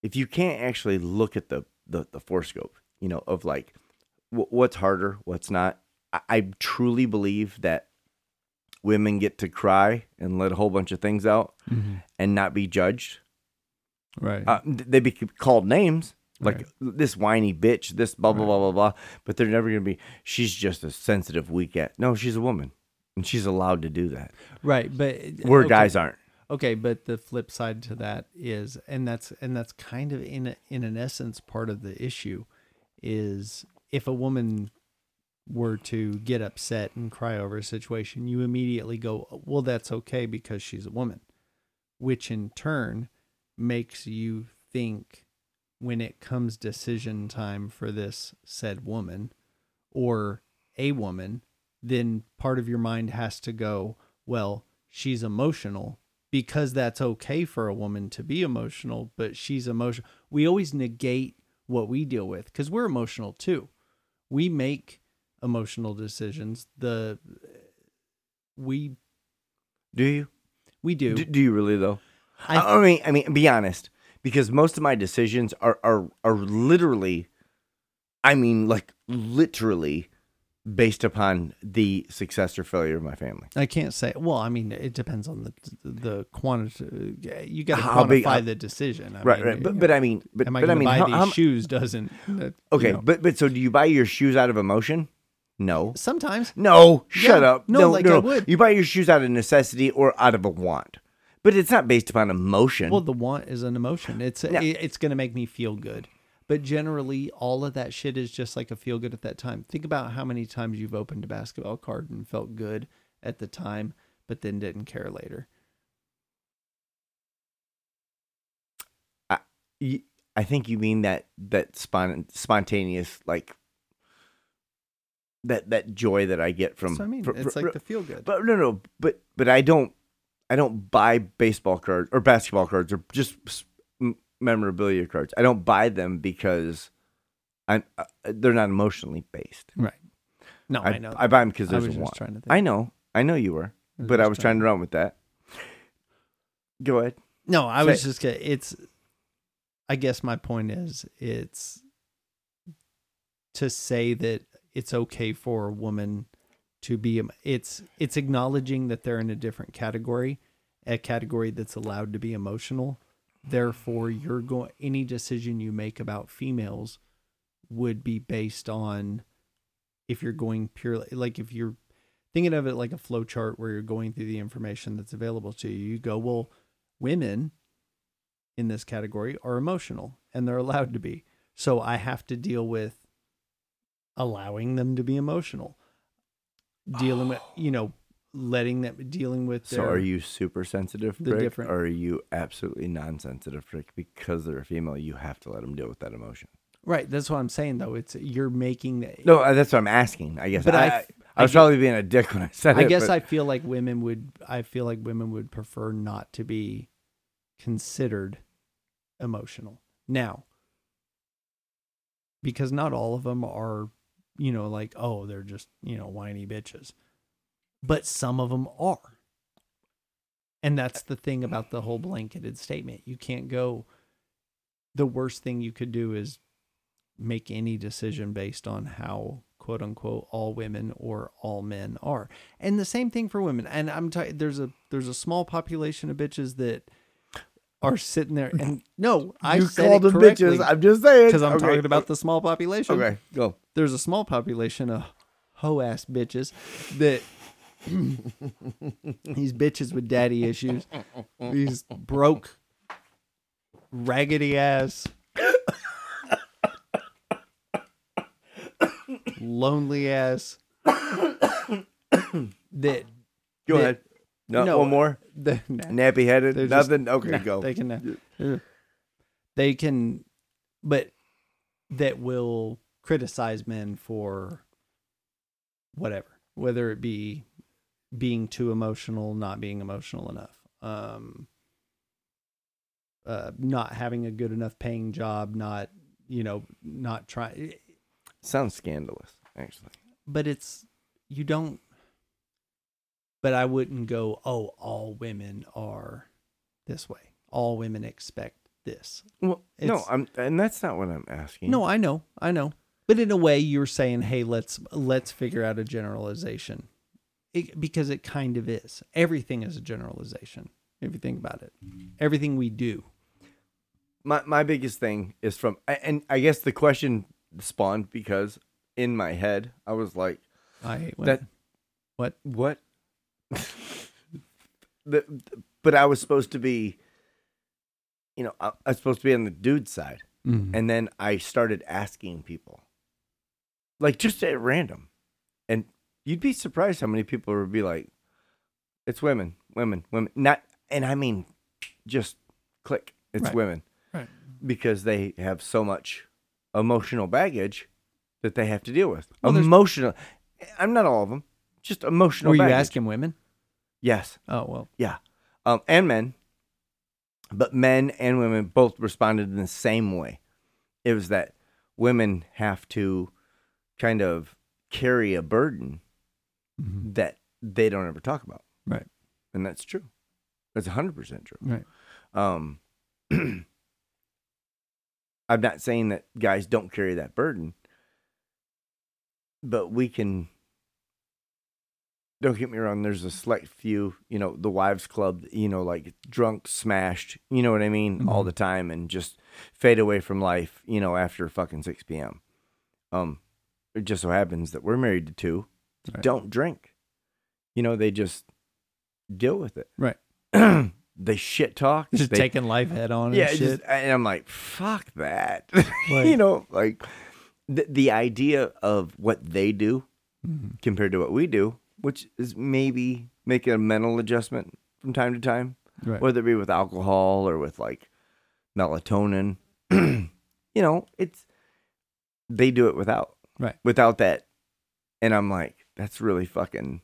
if you can't actually look at the the, the four scope, you know, of like wh- what's harder, what's not. I, I truly believe that women get to cry and let a whole bunch of things out and not be judged. Right. Uh, th- they be called names like Right. this whiny bitch, this blah blah Right. blah blah blah. But they're never gonna be. She's just a sensitive weak at. No, she's a woman, and she's allowed to do that. right. But Where okay. guys aren't. Okay, but the flip side to that is, and that's and that's kind of in a, in an essence part of the issue, is if a woman were to get upset and cry over a situation, you immediately go, well, that's okay because she's a woman, which in turn makes you think when it comes decision time for this said woman or a woman, then part of your mind has to go, well, she's emotional because that's okay for a woman to be emotional, but she's emotional. We always negate what we deal with because we're emotional too. We make emotional decisions. The we Do you? we do. Do, do you really though? I- I, I mean, I mean, be honest, because most of my decisions are are are literally, I mean, like literally, based upon the success or failure of my family. I can't say. Well, I mean, it depends on the the quantity. You got to How quantify big- how- the decision, I right, mean, right. But but I mean, but am I but I going mean, to buy how- these how- shoes? Doesn't that, you okay, know. but but so do you buy your shoes out of emotion? No. sometimes No, shut Yeah. up. No, No, like no. I would. You buy your shoes out of necessity or out of a want. But it's not based upon emotion. Well, the want is an emotion. It's it- it's going to make me feel good. But generally, all of that shit is just like a feel good at that time. Think about how many times you've opened a basketball card and felt good at the time, but then didn't care later. Y- I think you mean that that spon- spontaneous like that that joy that I get from That's what I mean. fr- it's fr- like the feel good. But no, no, but but I don't, I don't buy baseball cards or basketball cards or just s- m- memorabilia cards. I don't buy them because I'm uh, they're not emotionally based. right. No, I, I, know. I buy them because I there's was a just want. trying to think. I know, I know you were, was but I just was trying trying to run with that. Go ahead. No, I Say- was just gonna, it's I guess my point is it's to say that it's okay for a woman to be em- it's it's acknowledging that they're in a different category, a category that's allowed to be emotional. Therefore, you're going any decision you make about females would be based on if you're going purely like if you're thinking of it like a flow chart where you're going through the information that's available to you, you go, well, women in this category are emotional and they're allowed to be. So I have to deal with allowing them to be emotional. Dealing with, you know, letting them dealing with So their- are you super sensitive the prick, different- or are you absolutely non-sensitive prick? Because they're a female, you have to let them deal with that emotion. Right, that's what I'm saying though. It's you're making the, No, uh, that's what I'm asking. I guess. But I, I- I, was probably being a dick when I said I it. guess but I feel like women would I feel like women would prefer not to be considered emotional. Now, because not all of them are, you know, like oh, they're just, you know, whiny bitches. But some of them are. And that's Uh, the thing about the whole blanketed statement. You can't go the worst thing you could do is make any decision based on how quote unquote all women or all men are and the same thing for women and i'm t- there's a there's a small population of bitches that are sitting there and no i you said called it them bitches. I'm just saying because i'm Okay, uh, talking about the small population Okay, go. there's a small population of hoe ass bitches that these bitches with daddy issues, these broke, raggedy ass, lonely ass that Go That- ahead. No, no, one more. the, nah, Nappy headed. they're just- Nothing. okay, nah, go. They can, uh, they can, but that will criticize men for whatever, whether it be being too emotional, not being emotional enough, um, uh, not having a good enough paying job, not you know, not trying. Sounds scandalous, actually. But it's you don't. But I wouldn't go. Oh, all women are this way. All women expect this. Well, no, It's- I'm, and that's not what I'm asking. No, I know, I know. But in a way, you're saying, "Hey, let's let's figure out a generalization," it, because it kind of is. Everything is a generalization if you think about it. Everything we do, my my biggest thing is from a- and I guess the question spawned because in my head I was like I hate women. that what the, but I was supposed to be you know I, I was supposed to be on the dude side Mm-hmm. and then I started asking people like just at random and you'd be surprised how many people would be like it's women women women not and I mean just click it's Right. women right. because they have so much emotional baggage that they have to deal with. Well, there's- emotional. I'm not all of them. Just emotional. Were you baggage. asking women? Yes. Oh well, Yeah. Um, and men, but men and women both responded in the same way. It was that women have to kind of carry a burden Mm-hmm. that they don't ever talk about, right, and that's true. That's 100 percent true. right. Um, I'm not saying that guys don't carry that burden, but we can. Don't get me wrong. There's a select few, you know, the wives club, you know, like drunk, smashed, you know what I mean, all Mhm. the time, and just fade away from life, you know, after fucking six p.m. Um, it just so happens that we're married to two that Right. don't drink. You know, they just deal with it. Right. they shit talk. Just they taking life head on and yeah, shit. it just- and I'm like, fuck that. you Like- know, like the, the idea of what they do Mhm. compared to what we do, which is maybe making a mental adjustment from time to time, Right. whether it be with alcohol or with like melatonin. you know, it's they do it without Right. without that, and I'm like, that's really fucking.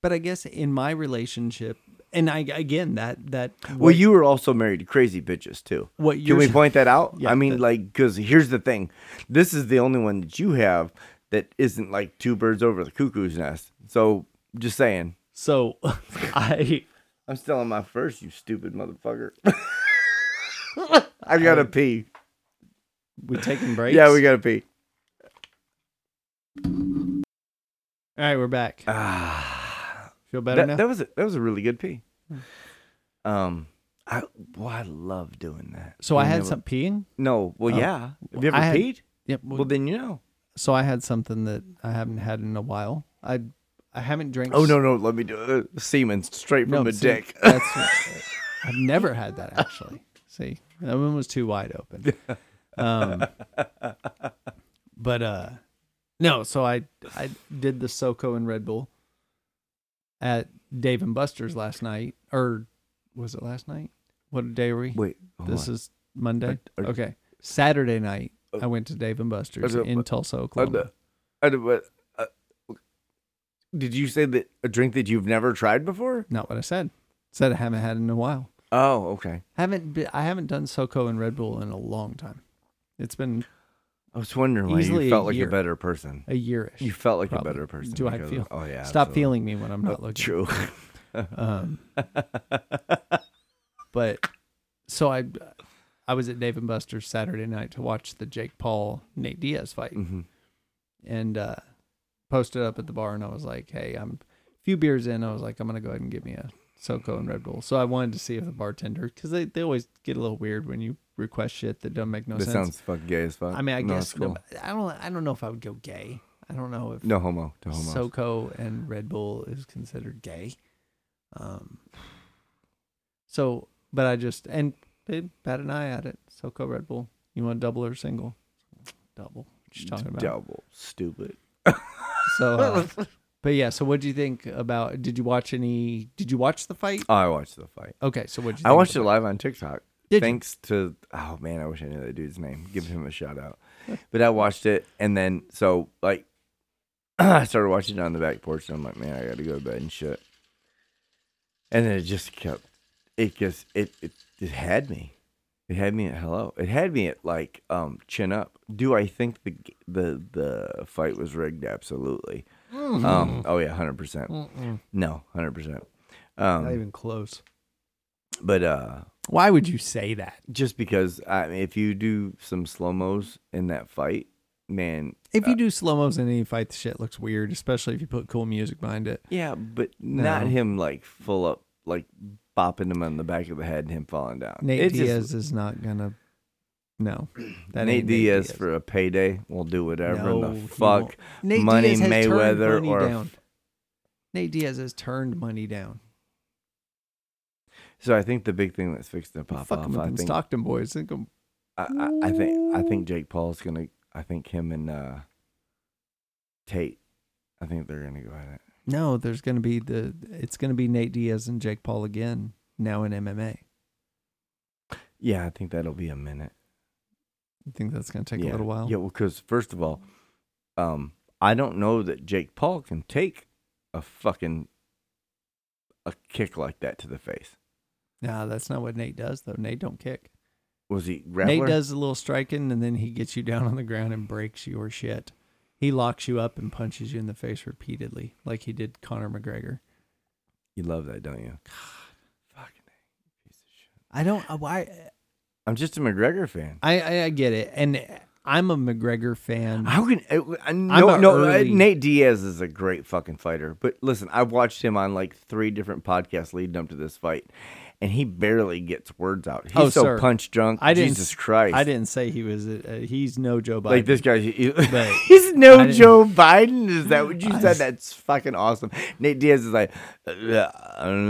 But I guess in my relationship, and I again that that Well, you were also married to crazy bitches too. what Can you're we point that out? Yeah, I mean, that- like, because here's the thing: this is the only one that you have that isn't like two birds over the cuckoo's nest. So, just saying, so I I'm still on my first. You stupid motherfucker. I gotta pee. we taking breaks. Yeah, we gotta pee. All right, we're back. Feel Ah, better That, now. Hmm. that was a, that was a really good pee. Um, I well, I love doing that. so I You had never- some peeing. No, well, Oh. yeah. Have you ever I had- peed? Yep. Well, then you know. so I had something that I haven't had in a while. I I haven't drank. Oh no, no. Let me do it. Semen straight from No, a see, dick. That's I've never had that actually. See, that one was too wide open. Um, but uh, no, so I I did the Soco and Red Bull at Dave and Buster's last night, or was it last night? What day are we? Wait, hold this on. is Monday. Are- are- okay, Saturday night. Uh, I went to Dave and Buster's uh, in Tulsa, Oklahoma. I d- but, uh, did you say that a drink that you've never tried before? Not what I said. Said I haven't had in a while. Oh, okay. Haven't be, I haven't done Soco and Red Bull in a long time. It's been I was wondering why Easily you a felt like year. a better person. a yearish. You felt like Probably. a better person. Do I because- feel- Oh yeah. Stop absolutely. feeling me when I'm not looking. True. Um, but so I, I was at Dave and Buster's Saturday night to watch the Jake Paul Nate Diaz fight, Mhm. and uh, posted up at the bar, and I was like, "Hey, I'm a few beers in." I was like, "I'm gonna go ahead and get me a Soco and Red Bull." So I wanted to see if the bartender, because they, they always get a little weird when you request shit that don't make no That sense. sounds fucking gay as fuck. I mean, I No, guess it's cool. I don't. I don't know if I would go gay. I don't know if No homo. No homo. SoCo and Red Bull is considered gay. Um, so, but I just and they bat an eye at it. SoCo Red Bull. You want double or single? Double. What you talking about? Double. Stupid. So, uh, but yeah. So, what do you think about? Did you watch any? Did you watch the fight? Oh, I watched the fight. Okay. So what? I watched it live on TikTok. Did you? Thanks to oh man, I wish I knew that dude's name. Give him a shout out. But I watched it and then so like I started watching it on the back porch and I'm like, man, I gotta go to bed and shit. And then it just kept it just it it, it had me. It had me at hello. It had me at like um chin up. Do I think the the the fight was rigged? Absolutely. Mm-hmm. Um oh yeah, hundred percent. No, hundred percent. Not Um even close. but uh Why would you say that? just because I mean, if you do some slow mos in that fight, man. If you do slow mos in any fight, the shit looks weird, especially if you put cool music behind it. Yeah, but not No. him like full up, like bopping him on the back of the head and him falling down. Nate It's just- Diaz is not gonna. No, that Nate ain't Diaz for a payday will do whatever No, the he fuck. won't. Nate Money Diaz has turned Mayweather money or a- down. Nate Diaz has turned money down. So I think the big thing that's fixed to pop Fuck off, him up I in think, I, Stockton boys. Think I'm- I, I think, I think Jake Paul's gonna. I think him and uh, Tate. I think they're gonna go at it. no, there's gonna be the. It's gonna be Nate Diaz and Jake Paul again. Now in MMA, Yeah, I think that'll be a minute. I think that's gonna take yeah. a little while. Yeah, well, because first of all, um, I don't know that Jake Paul can take a fucking a kick like that to the face. Nah, that's not what Nate does though. Nate don't kick. Was he grappler? Nate does a little striking, and then he gets you down on the ground and breaks your shit. He locks you up and punches you in the face repeatedly, like he did Conor McGregor. You love that, don't you? God, fucking A, piece of shit. I don't. I- Why? I'm just a McGregor fan. I, I I get it, and I'm a McGregor fan. How can I, I, no Mm-hmm. a no uh, early- Nate Diaz is a great fucking fighter, but listen, I watched him on like three different podcasts leading up to this fight, and he barely gets words out. He's Oh, so sir. punch drunk. I didn't, Jesus Christ! I didn't say he was. A, uh, he's no Joe Biden. Like this guy, he- he- But he's I no didn't- Joe Biden. Is that what you I- said? That's fucking awesome. Nate Diaz is like,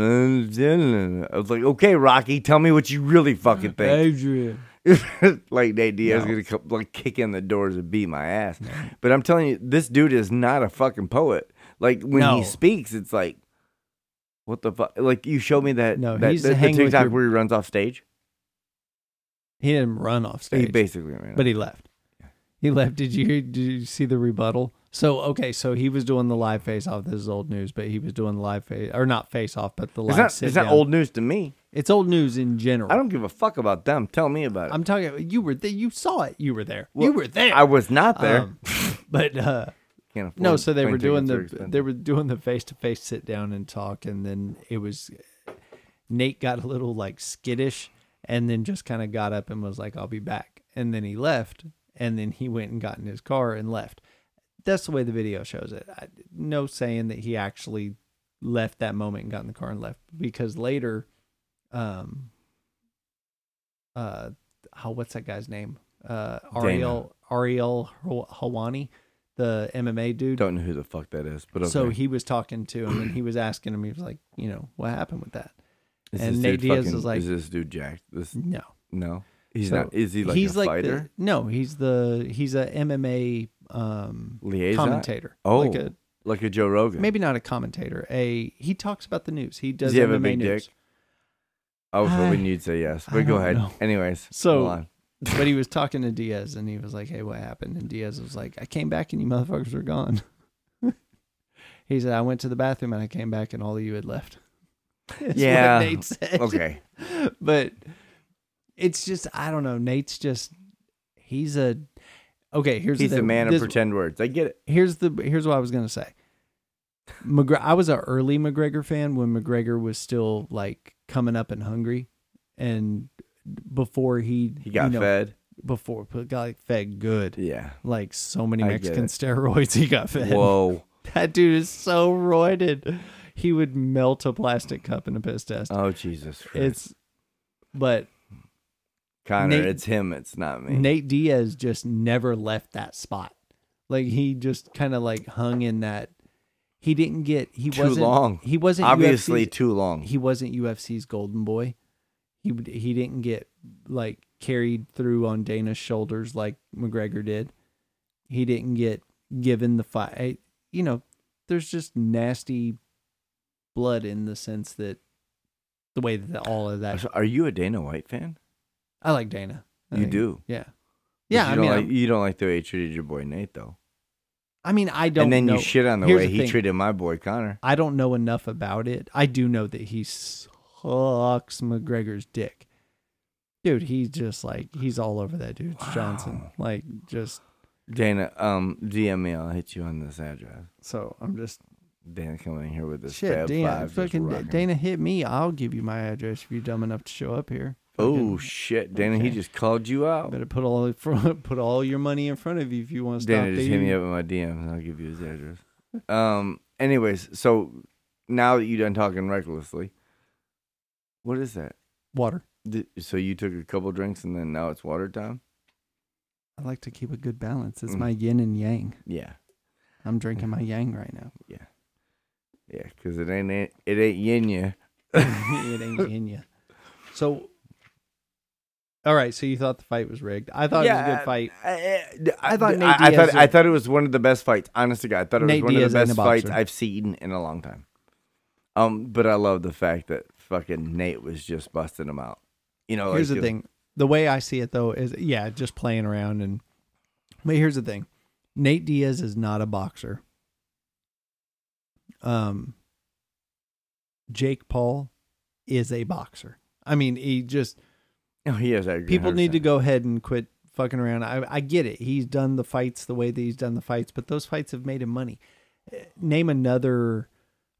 I was like, okay, Rocky, tell me what you really fucking think. Adrian. like Nate Diaz is No. gonna come, like kick in the doors and beat my ass. But I'm telling you, this dude is not a fucking poet. Like when No. he speaks, it's like, what the fuck? Like you showed me that No, that, he's that- the hanging with TikTok your- where he runs off stage. He didn't run off He stage, basically ran. but he left. He left. Did you did you see the rebuttal? So okay, so he was doing the live face off. This is old news, but he was doing the live face or not face off, but the live it's not. sit It's not down. old news to me. It's old news in general. I don't give a fuck about them. Tell me about it. I'm talking. You were there. You saw it. You were there. you Well, were there. I was not there. Um, but uh, Can't afford No, so they plane were doing tickets, they're the they were doing the face to face sit down and talk, and then it was Nate got a little like skittish, and then just kind of got up and was like, "I'll be back," and then he left, and then he went and got in his car and left. That's the way the video shows it. I, no saying that he actually left that moment and got in the car and left because later, um, uh, how what's that guy's name? Uh, Ariel Ariel Hawani, the MMA dude. Don't know who the fuck that is, but okay. So he was talking to him and he was asking him, he was like, you know, what happened with that? Is and this Nate dude Diaz fucking- is like- "Is this dude jacked?" This No. No, he's So, not. Is he like he's a like fighter? The, no, he's the he's a MMA um, Liaison? commentator. Oh, like a, like a Joe Rogan? maybe not a commentator. A he talks about the news. He does Does he have MMA a big news. dick? I was hoping I- you'd say yes, I but go don't ahead. know. Anyways, So- go on. But he was talking to Diaz, and he was like, "Hey, what happened?" And Diaz was like, "I came back, and you motherfuckers were gone." he said, "I went to the bathroom, and I came back, and all of you had left." Is what Yeah. Nate said. okay, but it's just I don't know. Nate's just he's a okay. Here's he's the, a thing. man of This- pretend words. I get it. Here's the here's what I was gonna say. McGre- I was a early McGregor fan when McGregor was still like coming up and hungry, and before he He got you know, fed. before but got like, fed good Yeah. like so many I get Mexican it. steroids he got fed. Whoa. That dude is so roided. He would melt a plastic cup in a piss test. Oh Jesus. Christ. it's but Connor. Nate- it's him. It's not me. Nate Diaz just never left that spot. Like he just kind of like hung in that. He didn't get. He Too wasn't long. He wasn't Obviously, UFC's too long. he wasn't UFC's golden boy. He would- he didn't get like carried through on Dana's shoulders like McGregor did. He didn't get given the fight. I- You know, there's just nasty blood in the sense that the way that all of that. Are you a Dana White fan? I like Dana. I You think- do. Yeah. But Yeah, You I don't mean, like, I'm- you don't like the way he treated your boy Nate though. I mean, I don't. And then know. you shit on the Here's way the he thing. treated my boy Connor. I don't know enough about it. I do know that he sucks McGregor's dick. Dude, he's just like he's all over that dude Johnson. Wow. Like just Dana, um, DM me. I'll hit you on this address. so I'm just Dana coming in here with this shit, Fab Dana. Five, just Fucking rocking. Dana hit me. I'll give you my address if you're dumb enough to show up here. Oh Fucking- shit, Dana! He Okay. just called you out. better put all put all your money in front of you if you want to stop. Dana just hit dating. me up in my DM, and I'll give you his address. Um. Anyways, so now that you done talking recklessly, what is that? Water. Th- So you took a couple drinks, and then now it's water time. I like to keep a good balance. It's Mm. my yin and yang. Yeah, I'm drinking my yang right now. yeah, because it ain't it ain't yin ya. it ain't in you. So, all right. So you thought the fight was rigged? I thought it was a good fight. I, I- I thought I- Nate I, thought Diaz- I thought it was one of the best fights. Honest to God, I thought it was Nate one of Diaz the ain't best a fights boxer. I've seen in a long time. Um, but I love the fact that fucking Nate was just busting him out. You know, like, Here's the dude, thing. The way I see it though is, yeah, just playing around and. But here's the thing, Nate Diaz is not a boxer. Um. Jake Paul is a boxer. I mean, he just Oh, yes, I agree. people need to 100%. go ahead and quit fucking around. I, I get it. He's done the fights the way that he's done the fights, but those fights have made him money. Eh, Name another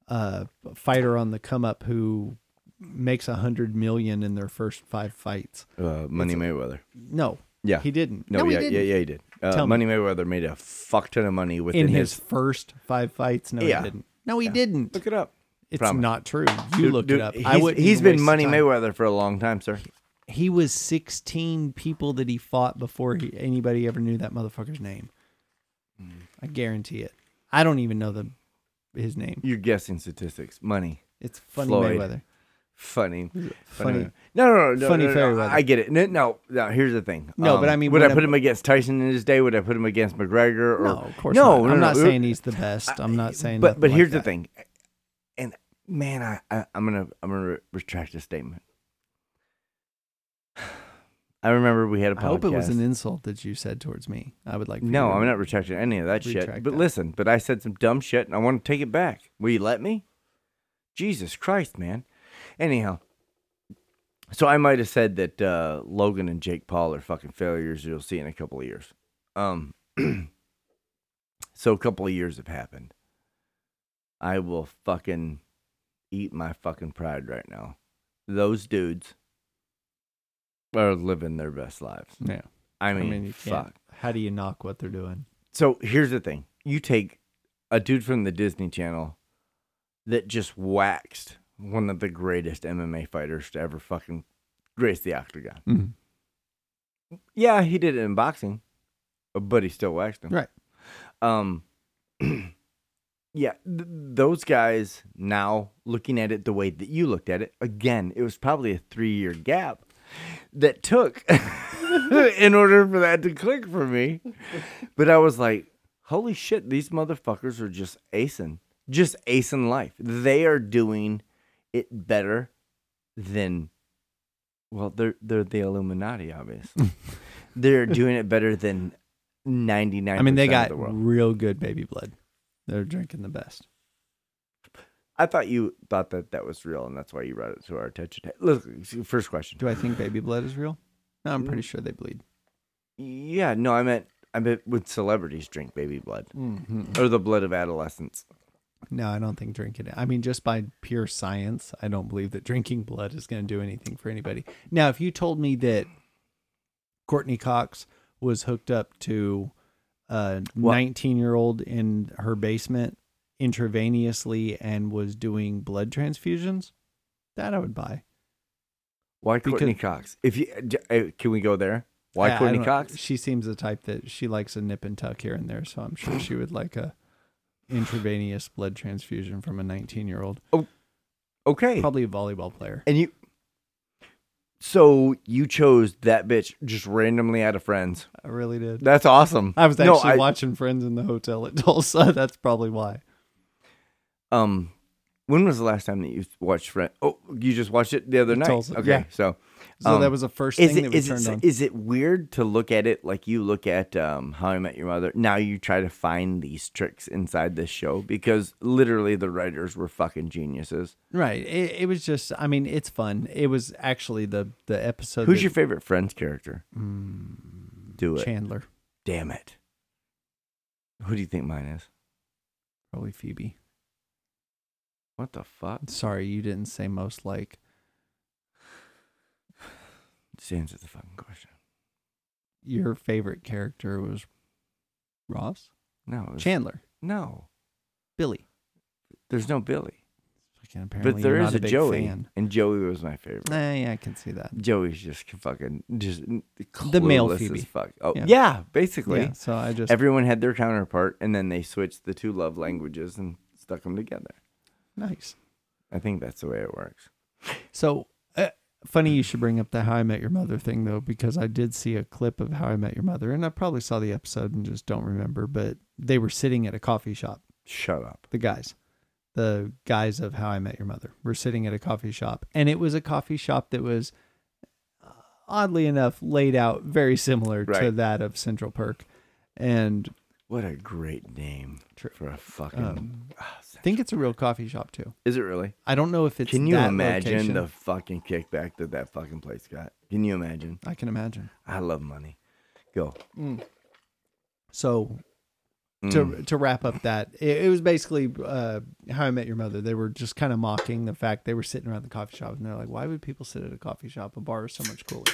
uh, fighter on the come up who makes a hundred million in their first five fights. Uh, Money Mayweather. No, Yeah. he didn't. No, he yeah, didn't. yeah, yeah, he did. Uh, Tell me. Money Mayweather made a fuck ton of money within In his first five fights, no, Yeah. he didn't. No, he Yeah. didn't. Look it up. It's promise. not true. You Dude, looked dude, it up. He's, I would. he's been Money Mayweather for a long time, sir. He was sixteen people that he fought before he, anybody ever knew that motherfucker's name. I guarantee it. I don't even know the his name. You're guessing statistics. Money. It's funny Floyd. Mayweather. Funny. Funny. No, no, no, no, Funny no, no, no. Fairweather. I get it. No, no, no, here's the thing. Um, No, but I mean, would when I I- put him against Tyson in his day? Would I put him against McGregor? Or, No, of course not. no, no, I'm no, not it- saying he's the best. I'm not saying. But but nothing here's like the that. thing, and man, I, I I'm gonna I'm gonna re- retract this statement. I remember we had a podcast. I hope it was an insult that you said towards me. I would like. for you no, to- I'm not retracting any of that shit. Retract But that. listen, but I said some dumb shit, and I want to take it back. Will you let me? Jesus Christ, man. Anyhow, so I might have said that uh, Logan and Jake Paul are fucking failures. You'll see in a couple of years. Um, so a couple of years have happened. I will fucking eat my fucking pride right now. Those dudes are living their best lives. Yeah. I mean, you fuck. can't- How do you knock what they're doing? So here's the thing: you take a dude from the Disney Channel that just waxed one of the greatest MMA fighters to ever fucking grace the octagon. Yeah, he did it in boxing, but he still waxed him. Right. Um. yeah, th- those guys now looking at it the way that you looked at it. Again, it was probably a three-year gap. that took in order for that to click for me. But I was like, holy shit, these motherfuckers are just acing, just acing life. They are doing it better than, well, they're they're the Illuminati, obviously. they're doing it better than ninety nine. I mean, they of got the world. real good baby blood. They're drinking the best. I thought you thought that that was real, and that's why you brought it to our attention. Look, first question. Do I think baby blood is real? No, I'm Mm. pretty sure they bleed. Yeah, no, I meant I meant would celebrities drink baby blood or the blood of adolescents? No, I don't think drinking it. I mean, just by pure science, I don't believe that drinking blood is going to do anything for anybody. Now, if you told me that Courtney Cox was hooked up to a What? 19 year old in her basement intravenously and was doing blood transfusions, that I would buy. Why Because- Courtney Cox? If you d- uh, can we go there? Why I- I Courtney don't- Cox? She seems the type that she likes a nip and tuck here and there, so I'm sure she would like a intravenous blood transfusion from a 19 year old, Okay, probably a volleyball player. and you. So you chose that bitch just randomly out of friends. I really did. That's awesome. I was No, actually I- watching Friends in the hotel at Tulsa. That's probably why. Um, when was the last time that you watched Friends? Oh, you just watched it the other night. Tulsa, okay, yeah. so So um, that was the first is thing it that we is turned it on. is it weird to look at it like you look at um, How I Met Your Mother? Now you try to find these tricks inside this show because literally the writers were fucking geniuses. right. It, it was just. I mean, it's fun. It was actually the the episode. Who's that- mm, your favorite Friends character? Do it, Chandler? damn it. Who do you think mine is? Probably Phoebe. What the fuck? Sorry, you didn't say most like. Just answer the fucking question. Your favorite character was Ross, No, it was- Chandler, no. Billy. There's no Billy, Fucking apparently, but there you're is not a, a, big Joey, Fan. and Joey was my favorite. Eh, yeah, I can see that. Joey's just fucking just The male clueless as Phoebe. fuck. Oh yeah, Yeah. basically. Yeah. So I just Everyone had their counterpart, and then they switched the two love languages and stuck them together. nice. I think that's the way it works. So uh, funny Mm. you should bring up the How I Met Your Mother thing though, because I did see a clip of How I Met Your Mother, and I probably saw the episode and just don't remember. But they were sitting at a coffee shop. Shut up. The guys, the guys of How I Met Your Mother, were sitting at a coffee shop, and it was a coffee shop that was uh, oddly enough laid out very similar to Right. that of Central Perk, and What a great name True. for a fucking. um, Ah, I think it's a real coffee shop too. is it really? I don't know if it's Can you that imagine location. the fucking kickback that that fucking place got? Can you imagine? I can imagine. I love money. Go. So Mm. to to wrap up that it, it was basically uh, how I met your mother. They were just kind of mocking the fact they were sitting around the coffee shop and they're like, "Why would people sit at a coffee shop? A bar is so much cooler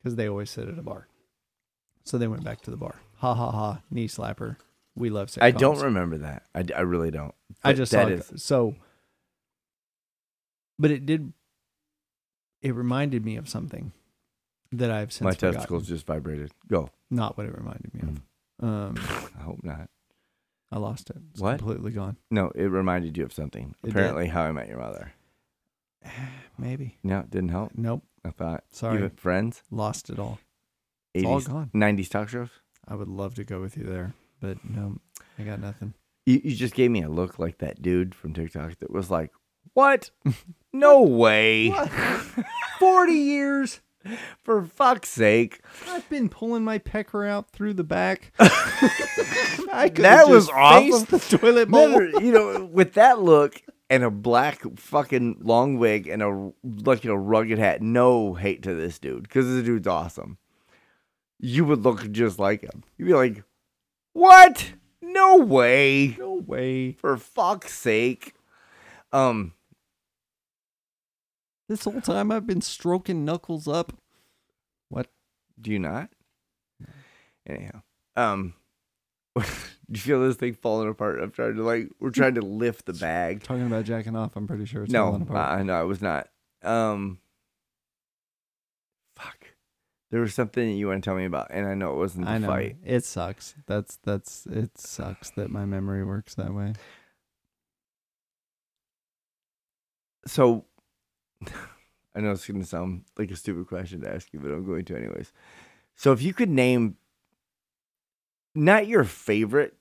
because they always sit at a bar." So they went back to the bar. Ha ha ha! Knee slapper. We love sitcoms. I don't remember that. I, d- I really don't. I But just that saw it. is- so. But it did. It reminded me of something that I've since my forgotten. testicles just vibrated. Go. Not what it reminded me of. Um, I hope not. I lost it. It's What? completely gone. No, it reminded you of something. It did. Apparently, How I Met Your Mother. Maybe. No, it didn't help. Nope. I thought. Sorry. Even Friends, Lost it all. It's all 80s, gone. 90s talk shows. I would love to go with you there, but no, I got nothing. You, you just gave me a look like that dude from TikTok that was like, What? No way. 40 years. For fuck's sake. I've been pulling my pecker out through the back. I could've That just was awful. faced the toilet bowl. Remember, you know, with that look and a black fucking long wig and a like a rugged hat, no hate to this dude because this dude's awesome. You would look just like him. You'd be like, What? No way. No way. For fuck's sake. Um, This whole time I've been stroking knuckles up. Do you not? Anyhow, um, do you feel this thing falling apart? I'm trying to like, we're trying to lift the bag. Talking about jacking off, I'm pretty sure it's falling No, apart. I know I was not. Um, fuck. There was something that you want to tell me about, and I know it wasn't the I know. fight. It sucks. That's that's it sucks that my memory works that way. So, I know it's going to sound like a stupid question to ask you, but I'm going to anyways. So if you could name not your favorite,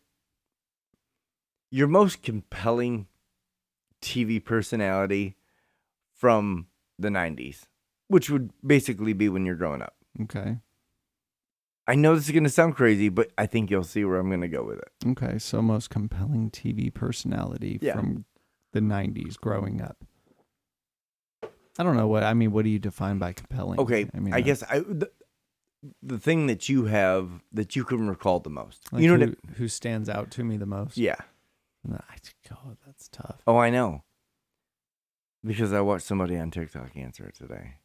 your most compelling TV personality from the 90s, which would basically be when you're growing up. Okay. I know this is going to sound crazy, but I think you'll see where I'm going to go with it. Okay. So most compelling TV personality Yeah. from the '90s, growing up. I don't know what I mean. What do you define by compelling? Okay, I, mean, uh, guess I the, the thing that you have that you can recall the most. like you know who, what? I, who stands out to me the most? yeah. Nah, God, that's tough. Oh, I know. Because I watched somebody on TikTok answer it today.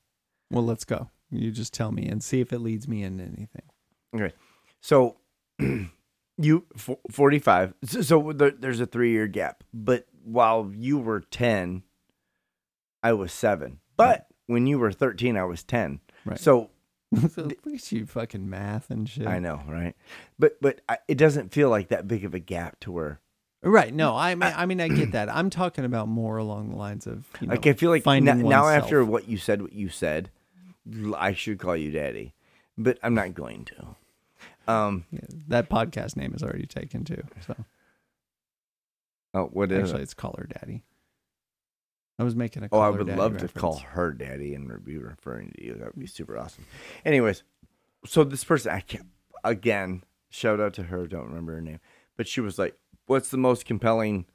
Well, let's go. You just tell me and see if it leads me into anything. So you fo- 45. So, so there, there's a 3-year gap. But while you were 10, I was 7. But when you were 13, I was 10. Right. So so look at you, fucking math and shit. I know, right? But but I, it doesn't feel like that big of a gap to where Right. No, I Uh, mean, I mean, I get that. I'm talking about more along the lines of you know, like I feel like n- finding now oneself. after what you said, what you said, l- I should call you daddy, but I'm not going to. Um, Yeah, that podcast name is already taken too. So oh, what is? actually, it? it's call her daddy. I was making a. Oh, Call I Her would Daddy love to reference. call her daddy and be referring to you. That would be super awesome. Anyways, so this person, I can't again shout out to her. Don't remember her name, but she was like, "What's the most compelling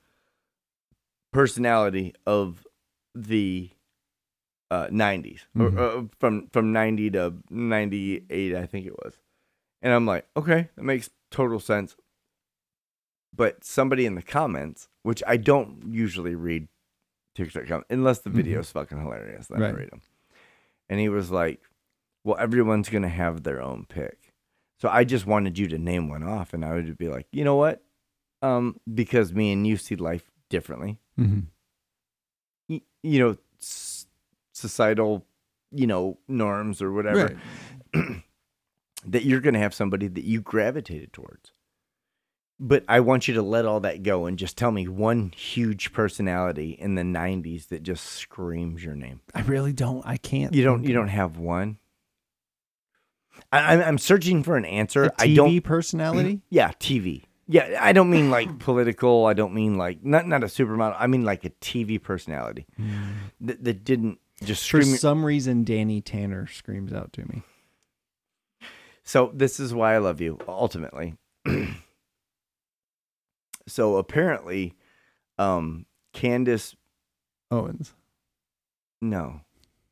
personality of the uh, '90s Or, Mhm. uh, from from '90 to '98? I think it was." And I'm like, "Okay, that makes total sense." But somebody in the comments, which I don't usually read TikTok comments unless the Mhm. video's fucking hilarious, then I Right. read them. And he was like, "Well, everyone's gonna have their own pick." So I just wanted you to name one off, and I would be like, you know what? Um, because me and you see life differently. Mhm. Y- you know, s- societal, you know, norms or whatever. Right. That you're going to have somebody that you gravitated towards. But I want you to let all that go and just tell me one huge personality in the '90s that just screams your name. I really don't. I can't. You don't. think You of don't have one. I, I'm- I'm searching for an answer. a I don't TV personality. Mm-hmm. yeah, TV. Yeah, I don't mean like political. I don't mean like not not a supermodel. I mean like a TV personality that, that didn't just Mm. For scream. your- some reason, Danny Tanner screams out to me. so this is why I love you ultimately. so apparently, um, Candace. Owens, No,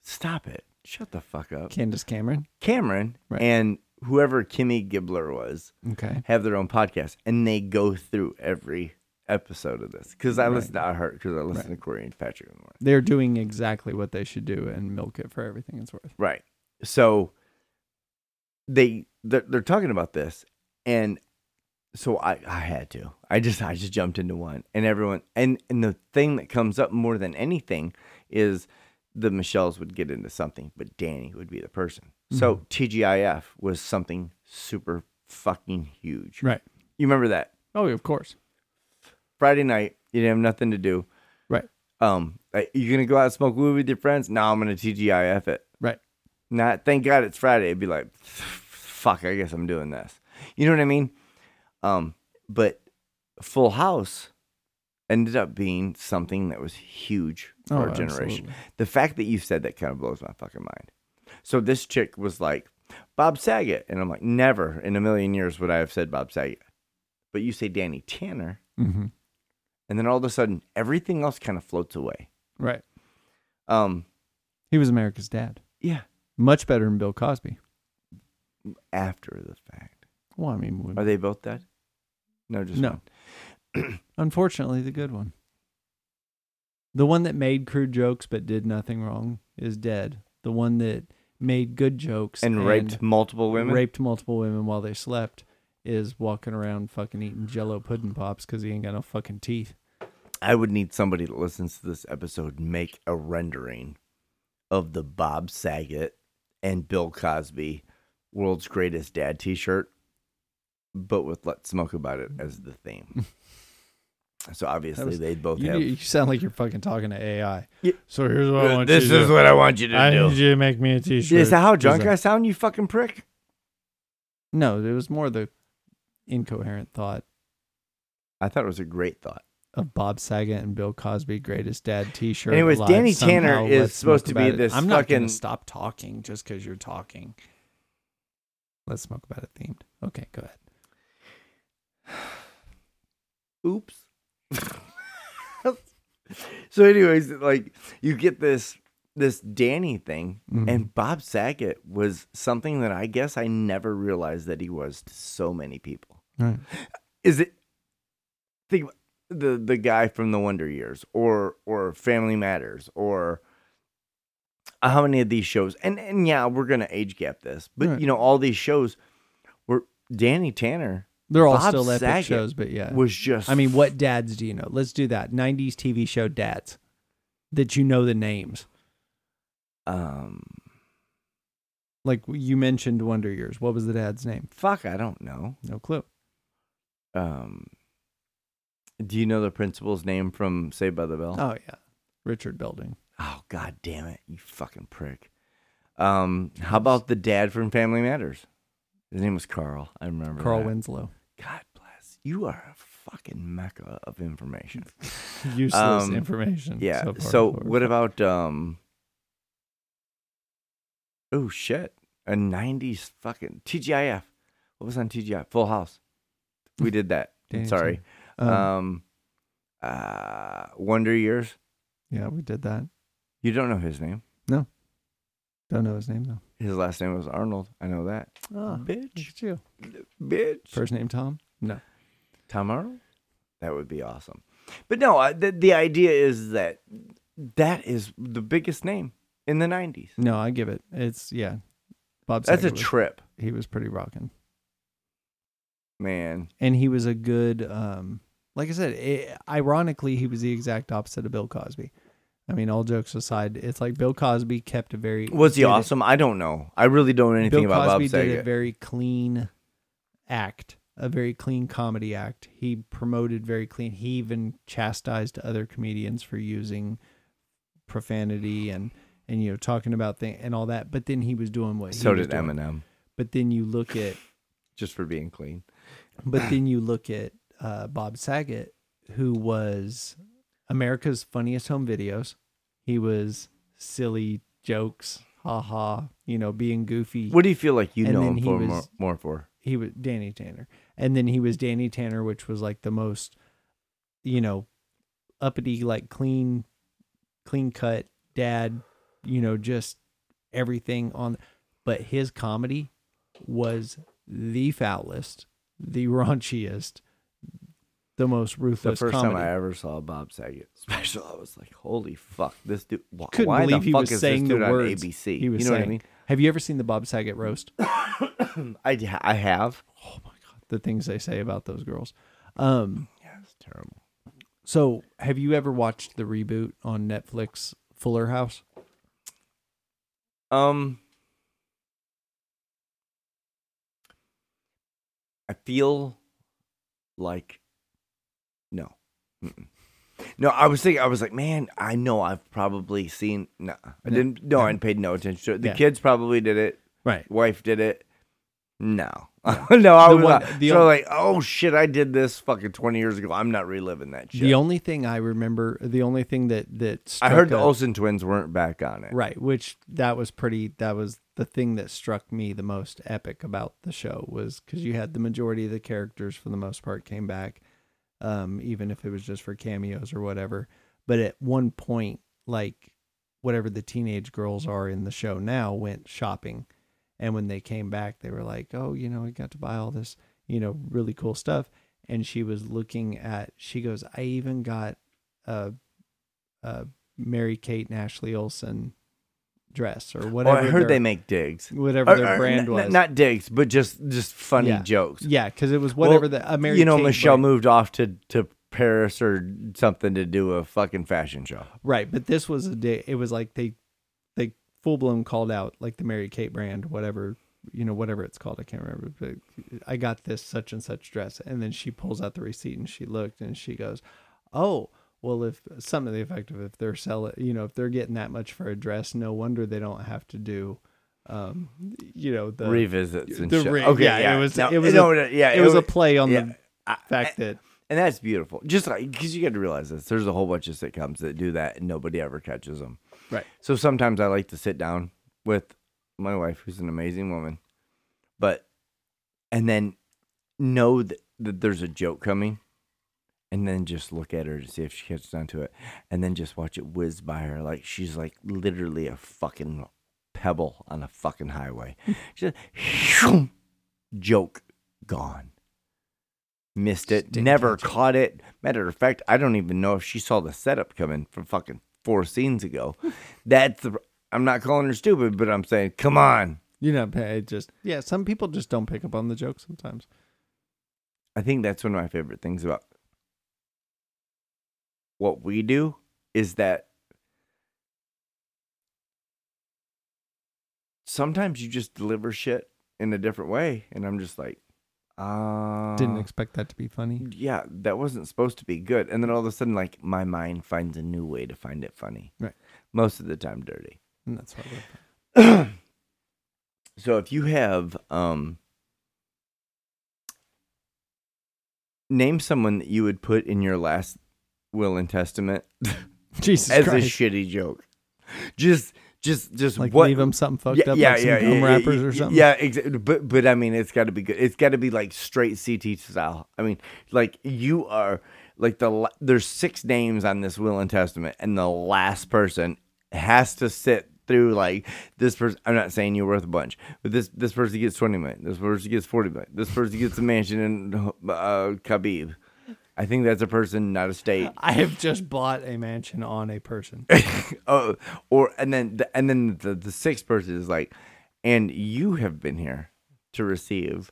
stop it. Shut the fuck up. Candace Cameron. Cameron Right. and whoever Kimmy Gibbler was Okay. have their own podcast, and they go through every episode of this because I Right. listen to I Heart because I listen to Corey and Patrick. in the morning. They're doing exactly what they should do and milk it for everything it's worth. Right. So they they're, they're talking about this, and so I I had to. I just I just jumped into one, and everyone and and the thing that comes up more than anything is the Michelles would get into something, but Danny would be the person. So TGIF was something super fucking huge. Right. You remember that Oh, of course. Friday night? You didn't have nothing to do. Right. Um, like, you gonna go out and smoke weed with your friends? No, I'm gonna TGIF it. Right. Not thank God it's Friday. It'd be like, fuck, I guess I'm doing this. You know what I mean? Um, but Full House ended up being something that was huge for Oh, our generation. absolutely. The fact that you said that kind of blows my fucking mind. So this chick was like, Bob Saget. And I'm like, never in a million years would I have said Bob Saget. But you say Danny Tanner. Mm-hmm. And then all of a sudden, everything else kind of floats away. Right. Um, He was America's dad. yeah. Much better than Bill Cosby. After the fact. Well, I mean, we- Are they both dead? No, just No. one. unfortunately, the good one. The one that made crude jokes but did nothing wrong is dead. The one that made good jokes and, raped multiple women. raped multiple women while they slept is walking around fucking eating jello pudding pops because he ain't got no fucking teeth. I would need somebody that listens to this episode make a rendering of the Bob Saget and Bill Cosby "World's Greatest Dad" T-shirt, but with "Let's Smoke About It" as the theme. So obviously was- they both You, have. you sound like you're fucking talking to AI. Yeah. So here's what I want this you to is do. what I want you to I do. need you to make me a t-shirt. Is that how drunk Is I sound? You fucking prick. No, it was more the incoherent thought I thought it was a great thought. of Bob Saget and Bill Cosby greatest dad T-shirt. Anyways, live Danny Tanner somehow. is Let's supposed smoke to be about it. this I'm not fucking- gonna stop talking just because you're talking. Let's smoke about it themed. Okay, go ahead. Oops. so, anyways, like you get this this Danny thing, Mm-hmm. and Bob Saget was something that I guess I never realized that he was to so many people. Right. Is it think about the the guy from the Wonder Years or or Family Matters or how many of these shows? And and yeah, we're gonna age gap this, but Right. you know all these shows were Danny Tanner They're all Bob still epic Saget shows, but yeah. was just I mean, what dads do you know? Let's do that. '90s TV show dads that you know the names. um Like you mentioned, Wonder Years. What was the dad's name? fuck I don't know. No clue. Um, do you know the principal's name from Saved by the Bell? Oh yeah, Richard Belding. Oh god damn it, you fucking prick. Um, how about the dad from Family Matters? His name was Carl. I remember. Carl that. Winslow. God bless. You are a fucking mecca of information. Useless Um, information. Yeah. So, So, far forward. what about um? Oh shit! A '90s fucking TGIF. What was on TGIF? Full House. We did that. I'm Danny sorry. Tanner. Um, um, uh, Wonder Years. yeah, we did that. You don't know his name. Don't know his name though. His last name was Arnold. I know that. Oh, Ah, bitch, you. bitch. First name Tom? No. Tom Arnold. That would be awesome. But no, I, the the idea is that that is the biggest name in the '90s. No, I give it. It's yeah. Bob That's a Saget was- trip, he was pretty rocking. man. And he was a good um like I said, it, ironically he was the exact opposite of Bill Cosby. I mean, all jokes aside, it's like Bill Cosby kept a very Was he did it- awesome? I don't know. I really don't know anything Bill about Cosby Bob did a Saget. very clean act, a very clean comedy act. He promoted very clean. He even chastised other comedians for using profanity and and you know talking about things and all that. But then he was doing what So he was did doing. Eminem, But then you look at just for being clean. but then you look at uh, Bob Saget, who was America's funniest home videos. He was silly jokes, haha, you know, being goofy. What do you feel like you And know then him he for was- more, more for? he was Danny Tanner, and then he was Danny Tanner, which was like the most, you know, uppity, like clean, clean cut dad, you know, just everything on. But his comedy was the foulest, the raunchiest, the most The ruthless first comedy. time I ever saw a Bob Saget special, I was like, "Holy fuck, this dude! Why, Couldn't why believe the he fuck was is saying this the dude words on ABC?" he was you know saying. Have you ever seen the Bob Saget roast? what I mean? I I have. The things they say about those girls. Um, Yeah, it's terrible. So, have you ever watched the reboot on Netflix, Fuller House? Um, I feel like no, Mm-mm. no. I was thinking, I was like, man, I know I've probably seen. No, I No. didn't. No, I paid no attention to it. The Yeah. kids probably did it. Right. Wife did it. No, no. I The one- was not. the so only- like, oh shit, I did this fucking twenty years ago. I'm not reliving that shit. The only thing I remember, the only thing that that I struck heard the a- Olsen twins weren't back on it. right, which that was pretty. That was the thing that struck me the most epic about the show was because you had the majority of the characters for the most part came back, um, even if it was just for cameos or whatever. But at one point, like whatever the teenage girls are in the show now went shopping, and when they came back, they were like, "Oh, you know, I got to buy all this, you know, really cool stuff." And she was looking at. She goes, "I even got a, a Mary Kate and Ashley Olsen dress or Oh, whatever." I heard their- they make digs. whatever Or- their or brand n- was. n- Not digs, but just just funny Yeah. jokes. yeah, because it was whatever Well, the a Mary. you know, Kate Michelle brand- moved off to to Paris or something to do a fucking fashion show. Right, but this was a day. It was like they, they full blown called out like the Mary Kate brand, whatever you know, whatever it's called. I can't remember. But I got this such and such dress, and then she pulls out the receipt and she looked and she goes, oh, well, if something to the effect of if they're selling, you know, if they're getting that much for a dress, no wonder they don't have to do, um, you know, the revisits and the shit. re- okay, yeah, yeah, it was- No, it was no, a- no, yeah, it was a play on yeah. the I- fact that and that's beautiful. Just like because you got to realize this, there's a whole bunch of sitcoms that do that, and nobody ever catches them. Right. So sometimes I like to sit down with my wife, who's an amazing woman, but and then know that, that there's a joke coming, and then just look at her to see if she catches on to it, and then just watch it whiz by her like she's like literally a fucking pebble on a fucking highway. just joke gone. Missed it. Just didn't never catch it. caught it. Matter of fact, I don't even know if she saw the setup coming from fucking four scenes ago. That's the. I'm not calling her stupid, but I'm saying, come on. you know, it just yeah, some people just don't pick up on the joke sometimes. I think that's one of my favorite things about what we do is that sometimes you just deliver shit in a different way, and I'm just like, uh, Didn't expect that to be funny. yeah, that wasn't supposed to be good. And then all of a sudden, like my mind finds a new way to find it funny. Right. Most of the time, dirty. And that's what I love. so if you have um name someone that you would put in your last will and testament Jesus as Christ. a shitty joke. Just just just like what leave them something fucked up, like some gum wrappers or something. Yeah, exactly. But but I mean, it's got to be good. It's got to be like straight CT style. I mean, like you are like the la- there's six names on this will and testament, and the last person has to sit through like this person. I'm not saying you're worth a bunch, but this this person gets twenty million. This person gets forty million. This person gets a mansion in uh, Khabib. I think that's a person, not a state. I have just bought a mansion on a person. oh, or and then the, and then the, the sixth person is like, and you have been here to receive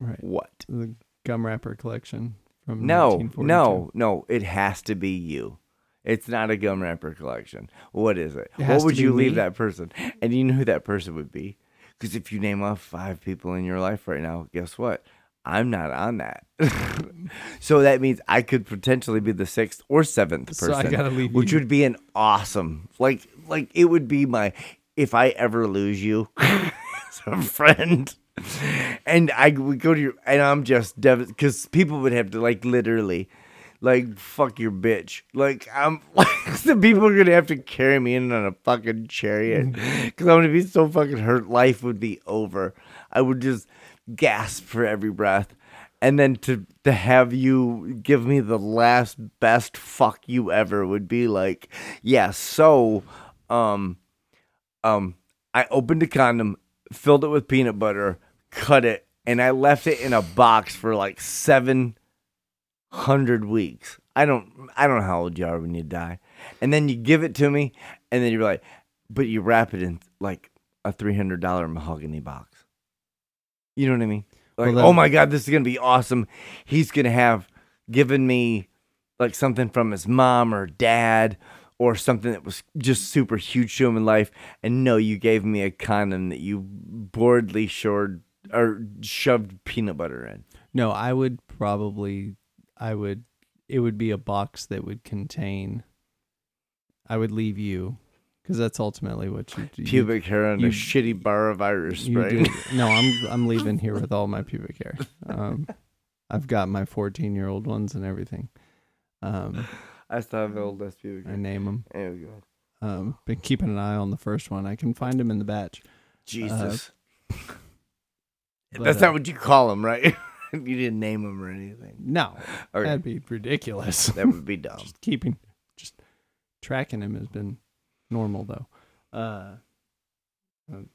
Right. what? The gum wrapper collection from No, 1942. no, no. It has to be you. It's not a gum wrapper collection. What is it? It has what to would be you leave me? that person? And you know who that person would be? Because if you name off five people in your life right now, guess what? I'm not on that. so that means I could potentially be the sixth or seventh So person. I gotta leave Which you. would be an awesome like like it would be my if I ever lose you as a friend. And I would go to your and I'm just devastated because people would have to like literally like fuck your bitch. Like I'm like the people are gonna have to carry me in on a fucking chariot Mm-hmm. because I'm gonna be so fucking hurt. Life would be over. I would just gasp for every breath, and then to to have you give me the last best fuck you ever would be like, yeah. So, um, um, I opened a condom, filled it with peanut butter, cut it, and I left it in a box for like seven hundred weeks. I don't I don't know how old you are when you die. And then you give it to me and then you're like but you wrap it in like a three hundred dollar mahogany box. You know what I mean? Like, Well, that- oh my god, this is gonna be awesome. He's gonna have given me like something from his mom or dad or something that was just super huge to him in life. And no, you gave me a condom that you boredly shored or shoved peanut butter in. No, I would probably I would it would be a box that would contain I would leave you because that's ultimately what you do. pubic hair and a you- shitty bar of Irish you, spray. you do. No, I'm I'm leaving here with all my pubic hair. Um, I've got my 14 year old ones and everything. Um, I still have the old ass pubic I hair. name them. There we go. Um, been keeping an eye on the first one. I can find him in the batch. Jesus. Uh, but, That's uh, not what you call him, right? you didn't name him or anything. No, Okay. that'd be ridiculous. That would be dumb. just keeping just tracking him has been normal though uh um,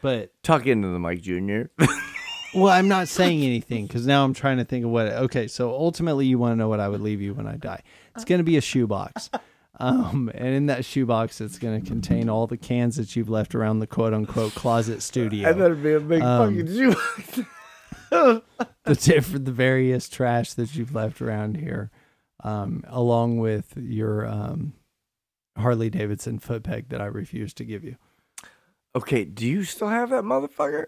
but Tuck into the mic, Junior. well i'm not saying anything because now i'm trying to think of what okay so ultimately you want to know what i would leave you when i die it's going to be a shoebox um and in that shoebox it's going to contain all the cans that you've left around the quote unquote closet studio I better be a big Um, fucking Jew. the different the various trash that you've left around here, um, along with your um, Harley Davidson foot peg that I refuse to give you. okay, do you still have that motherfucker?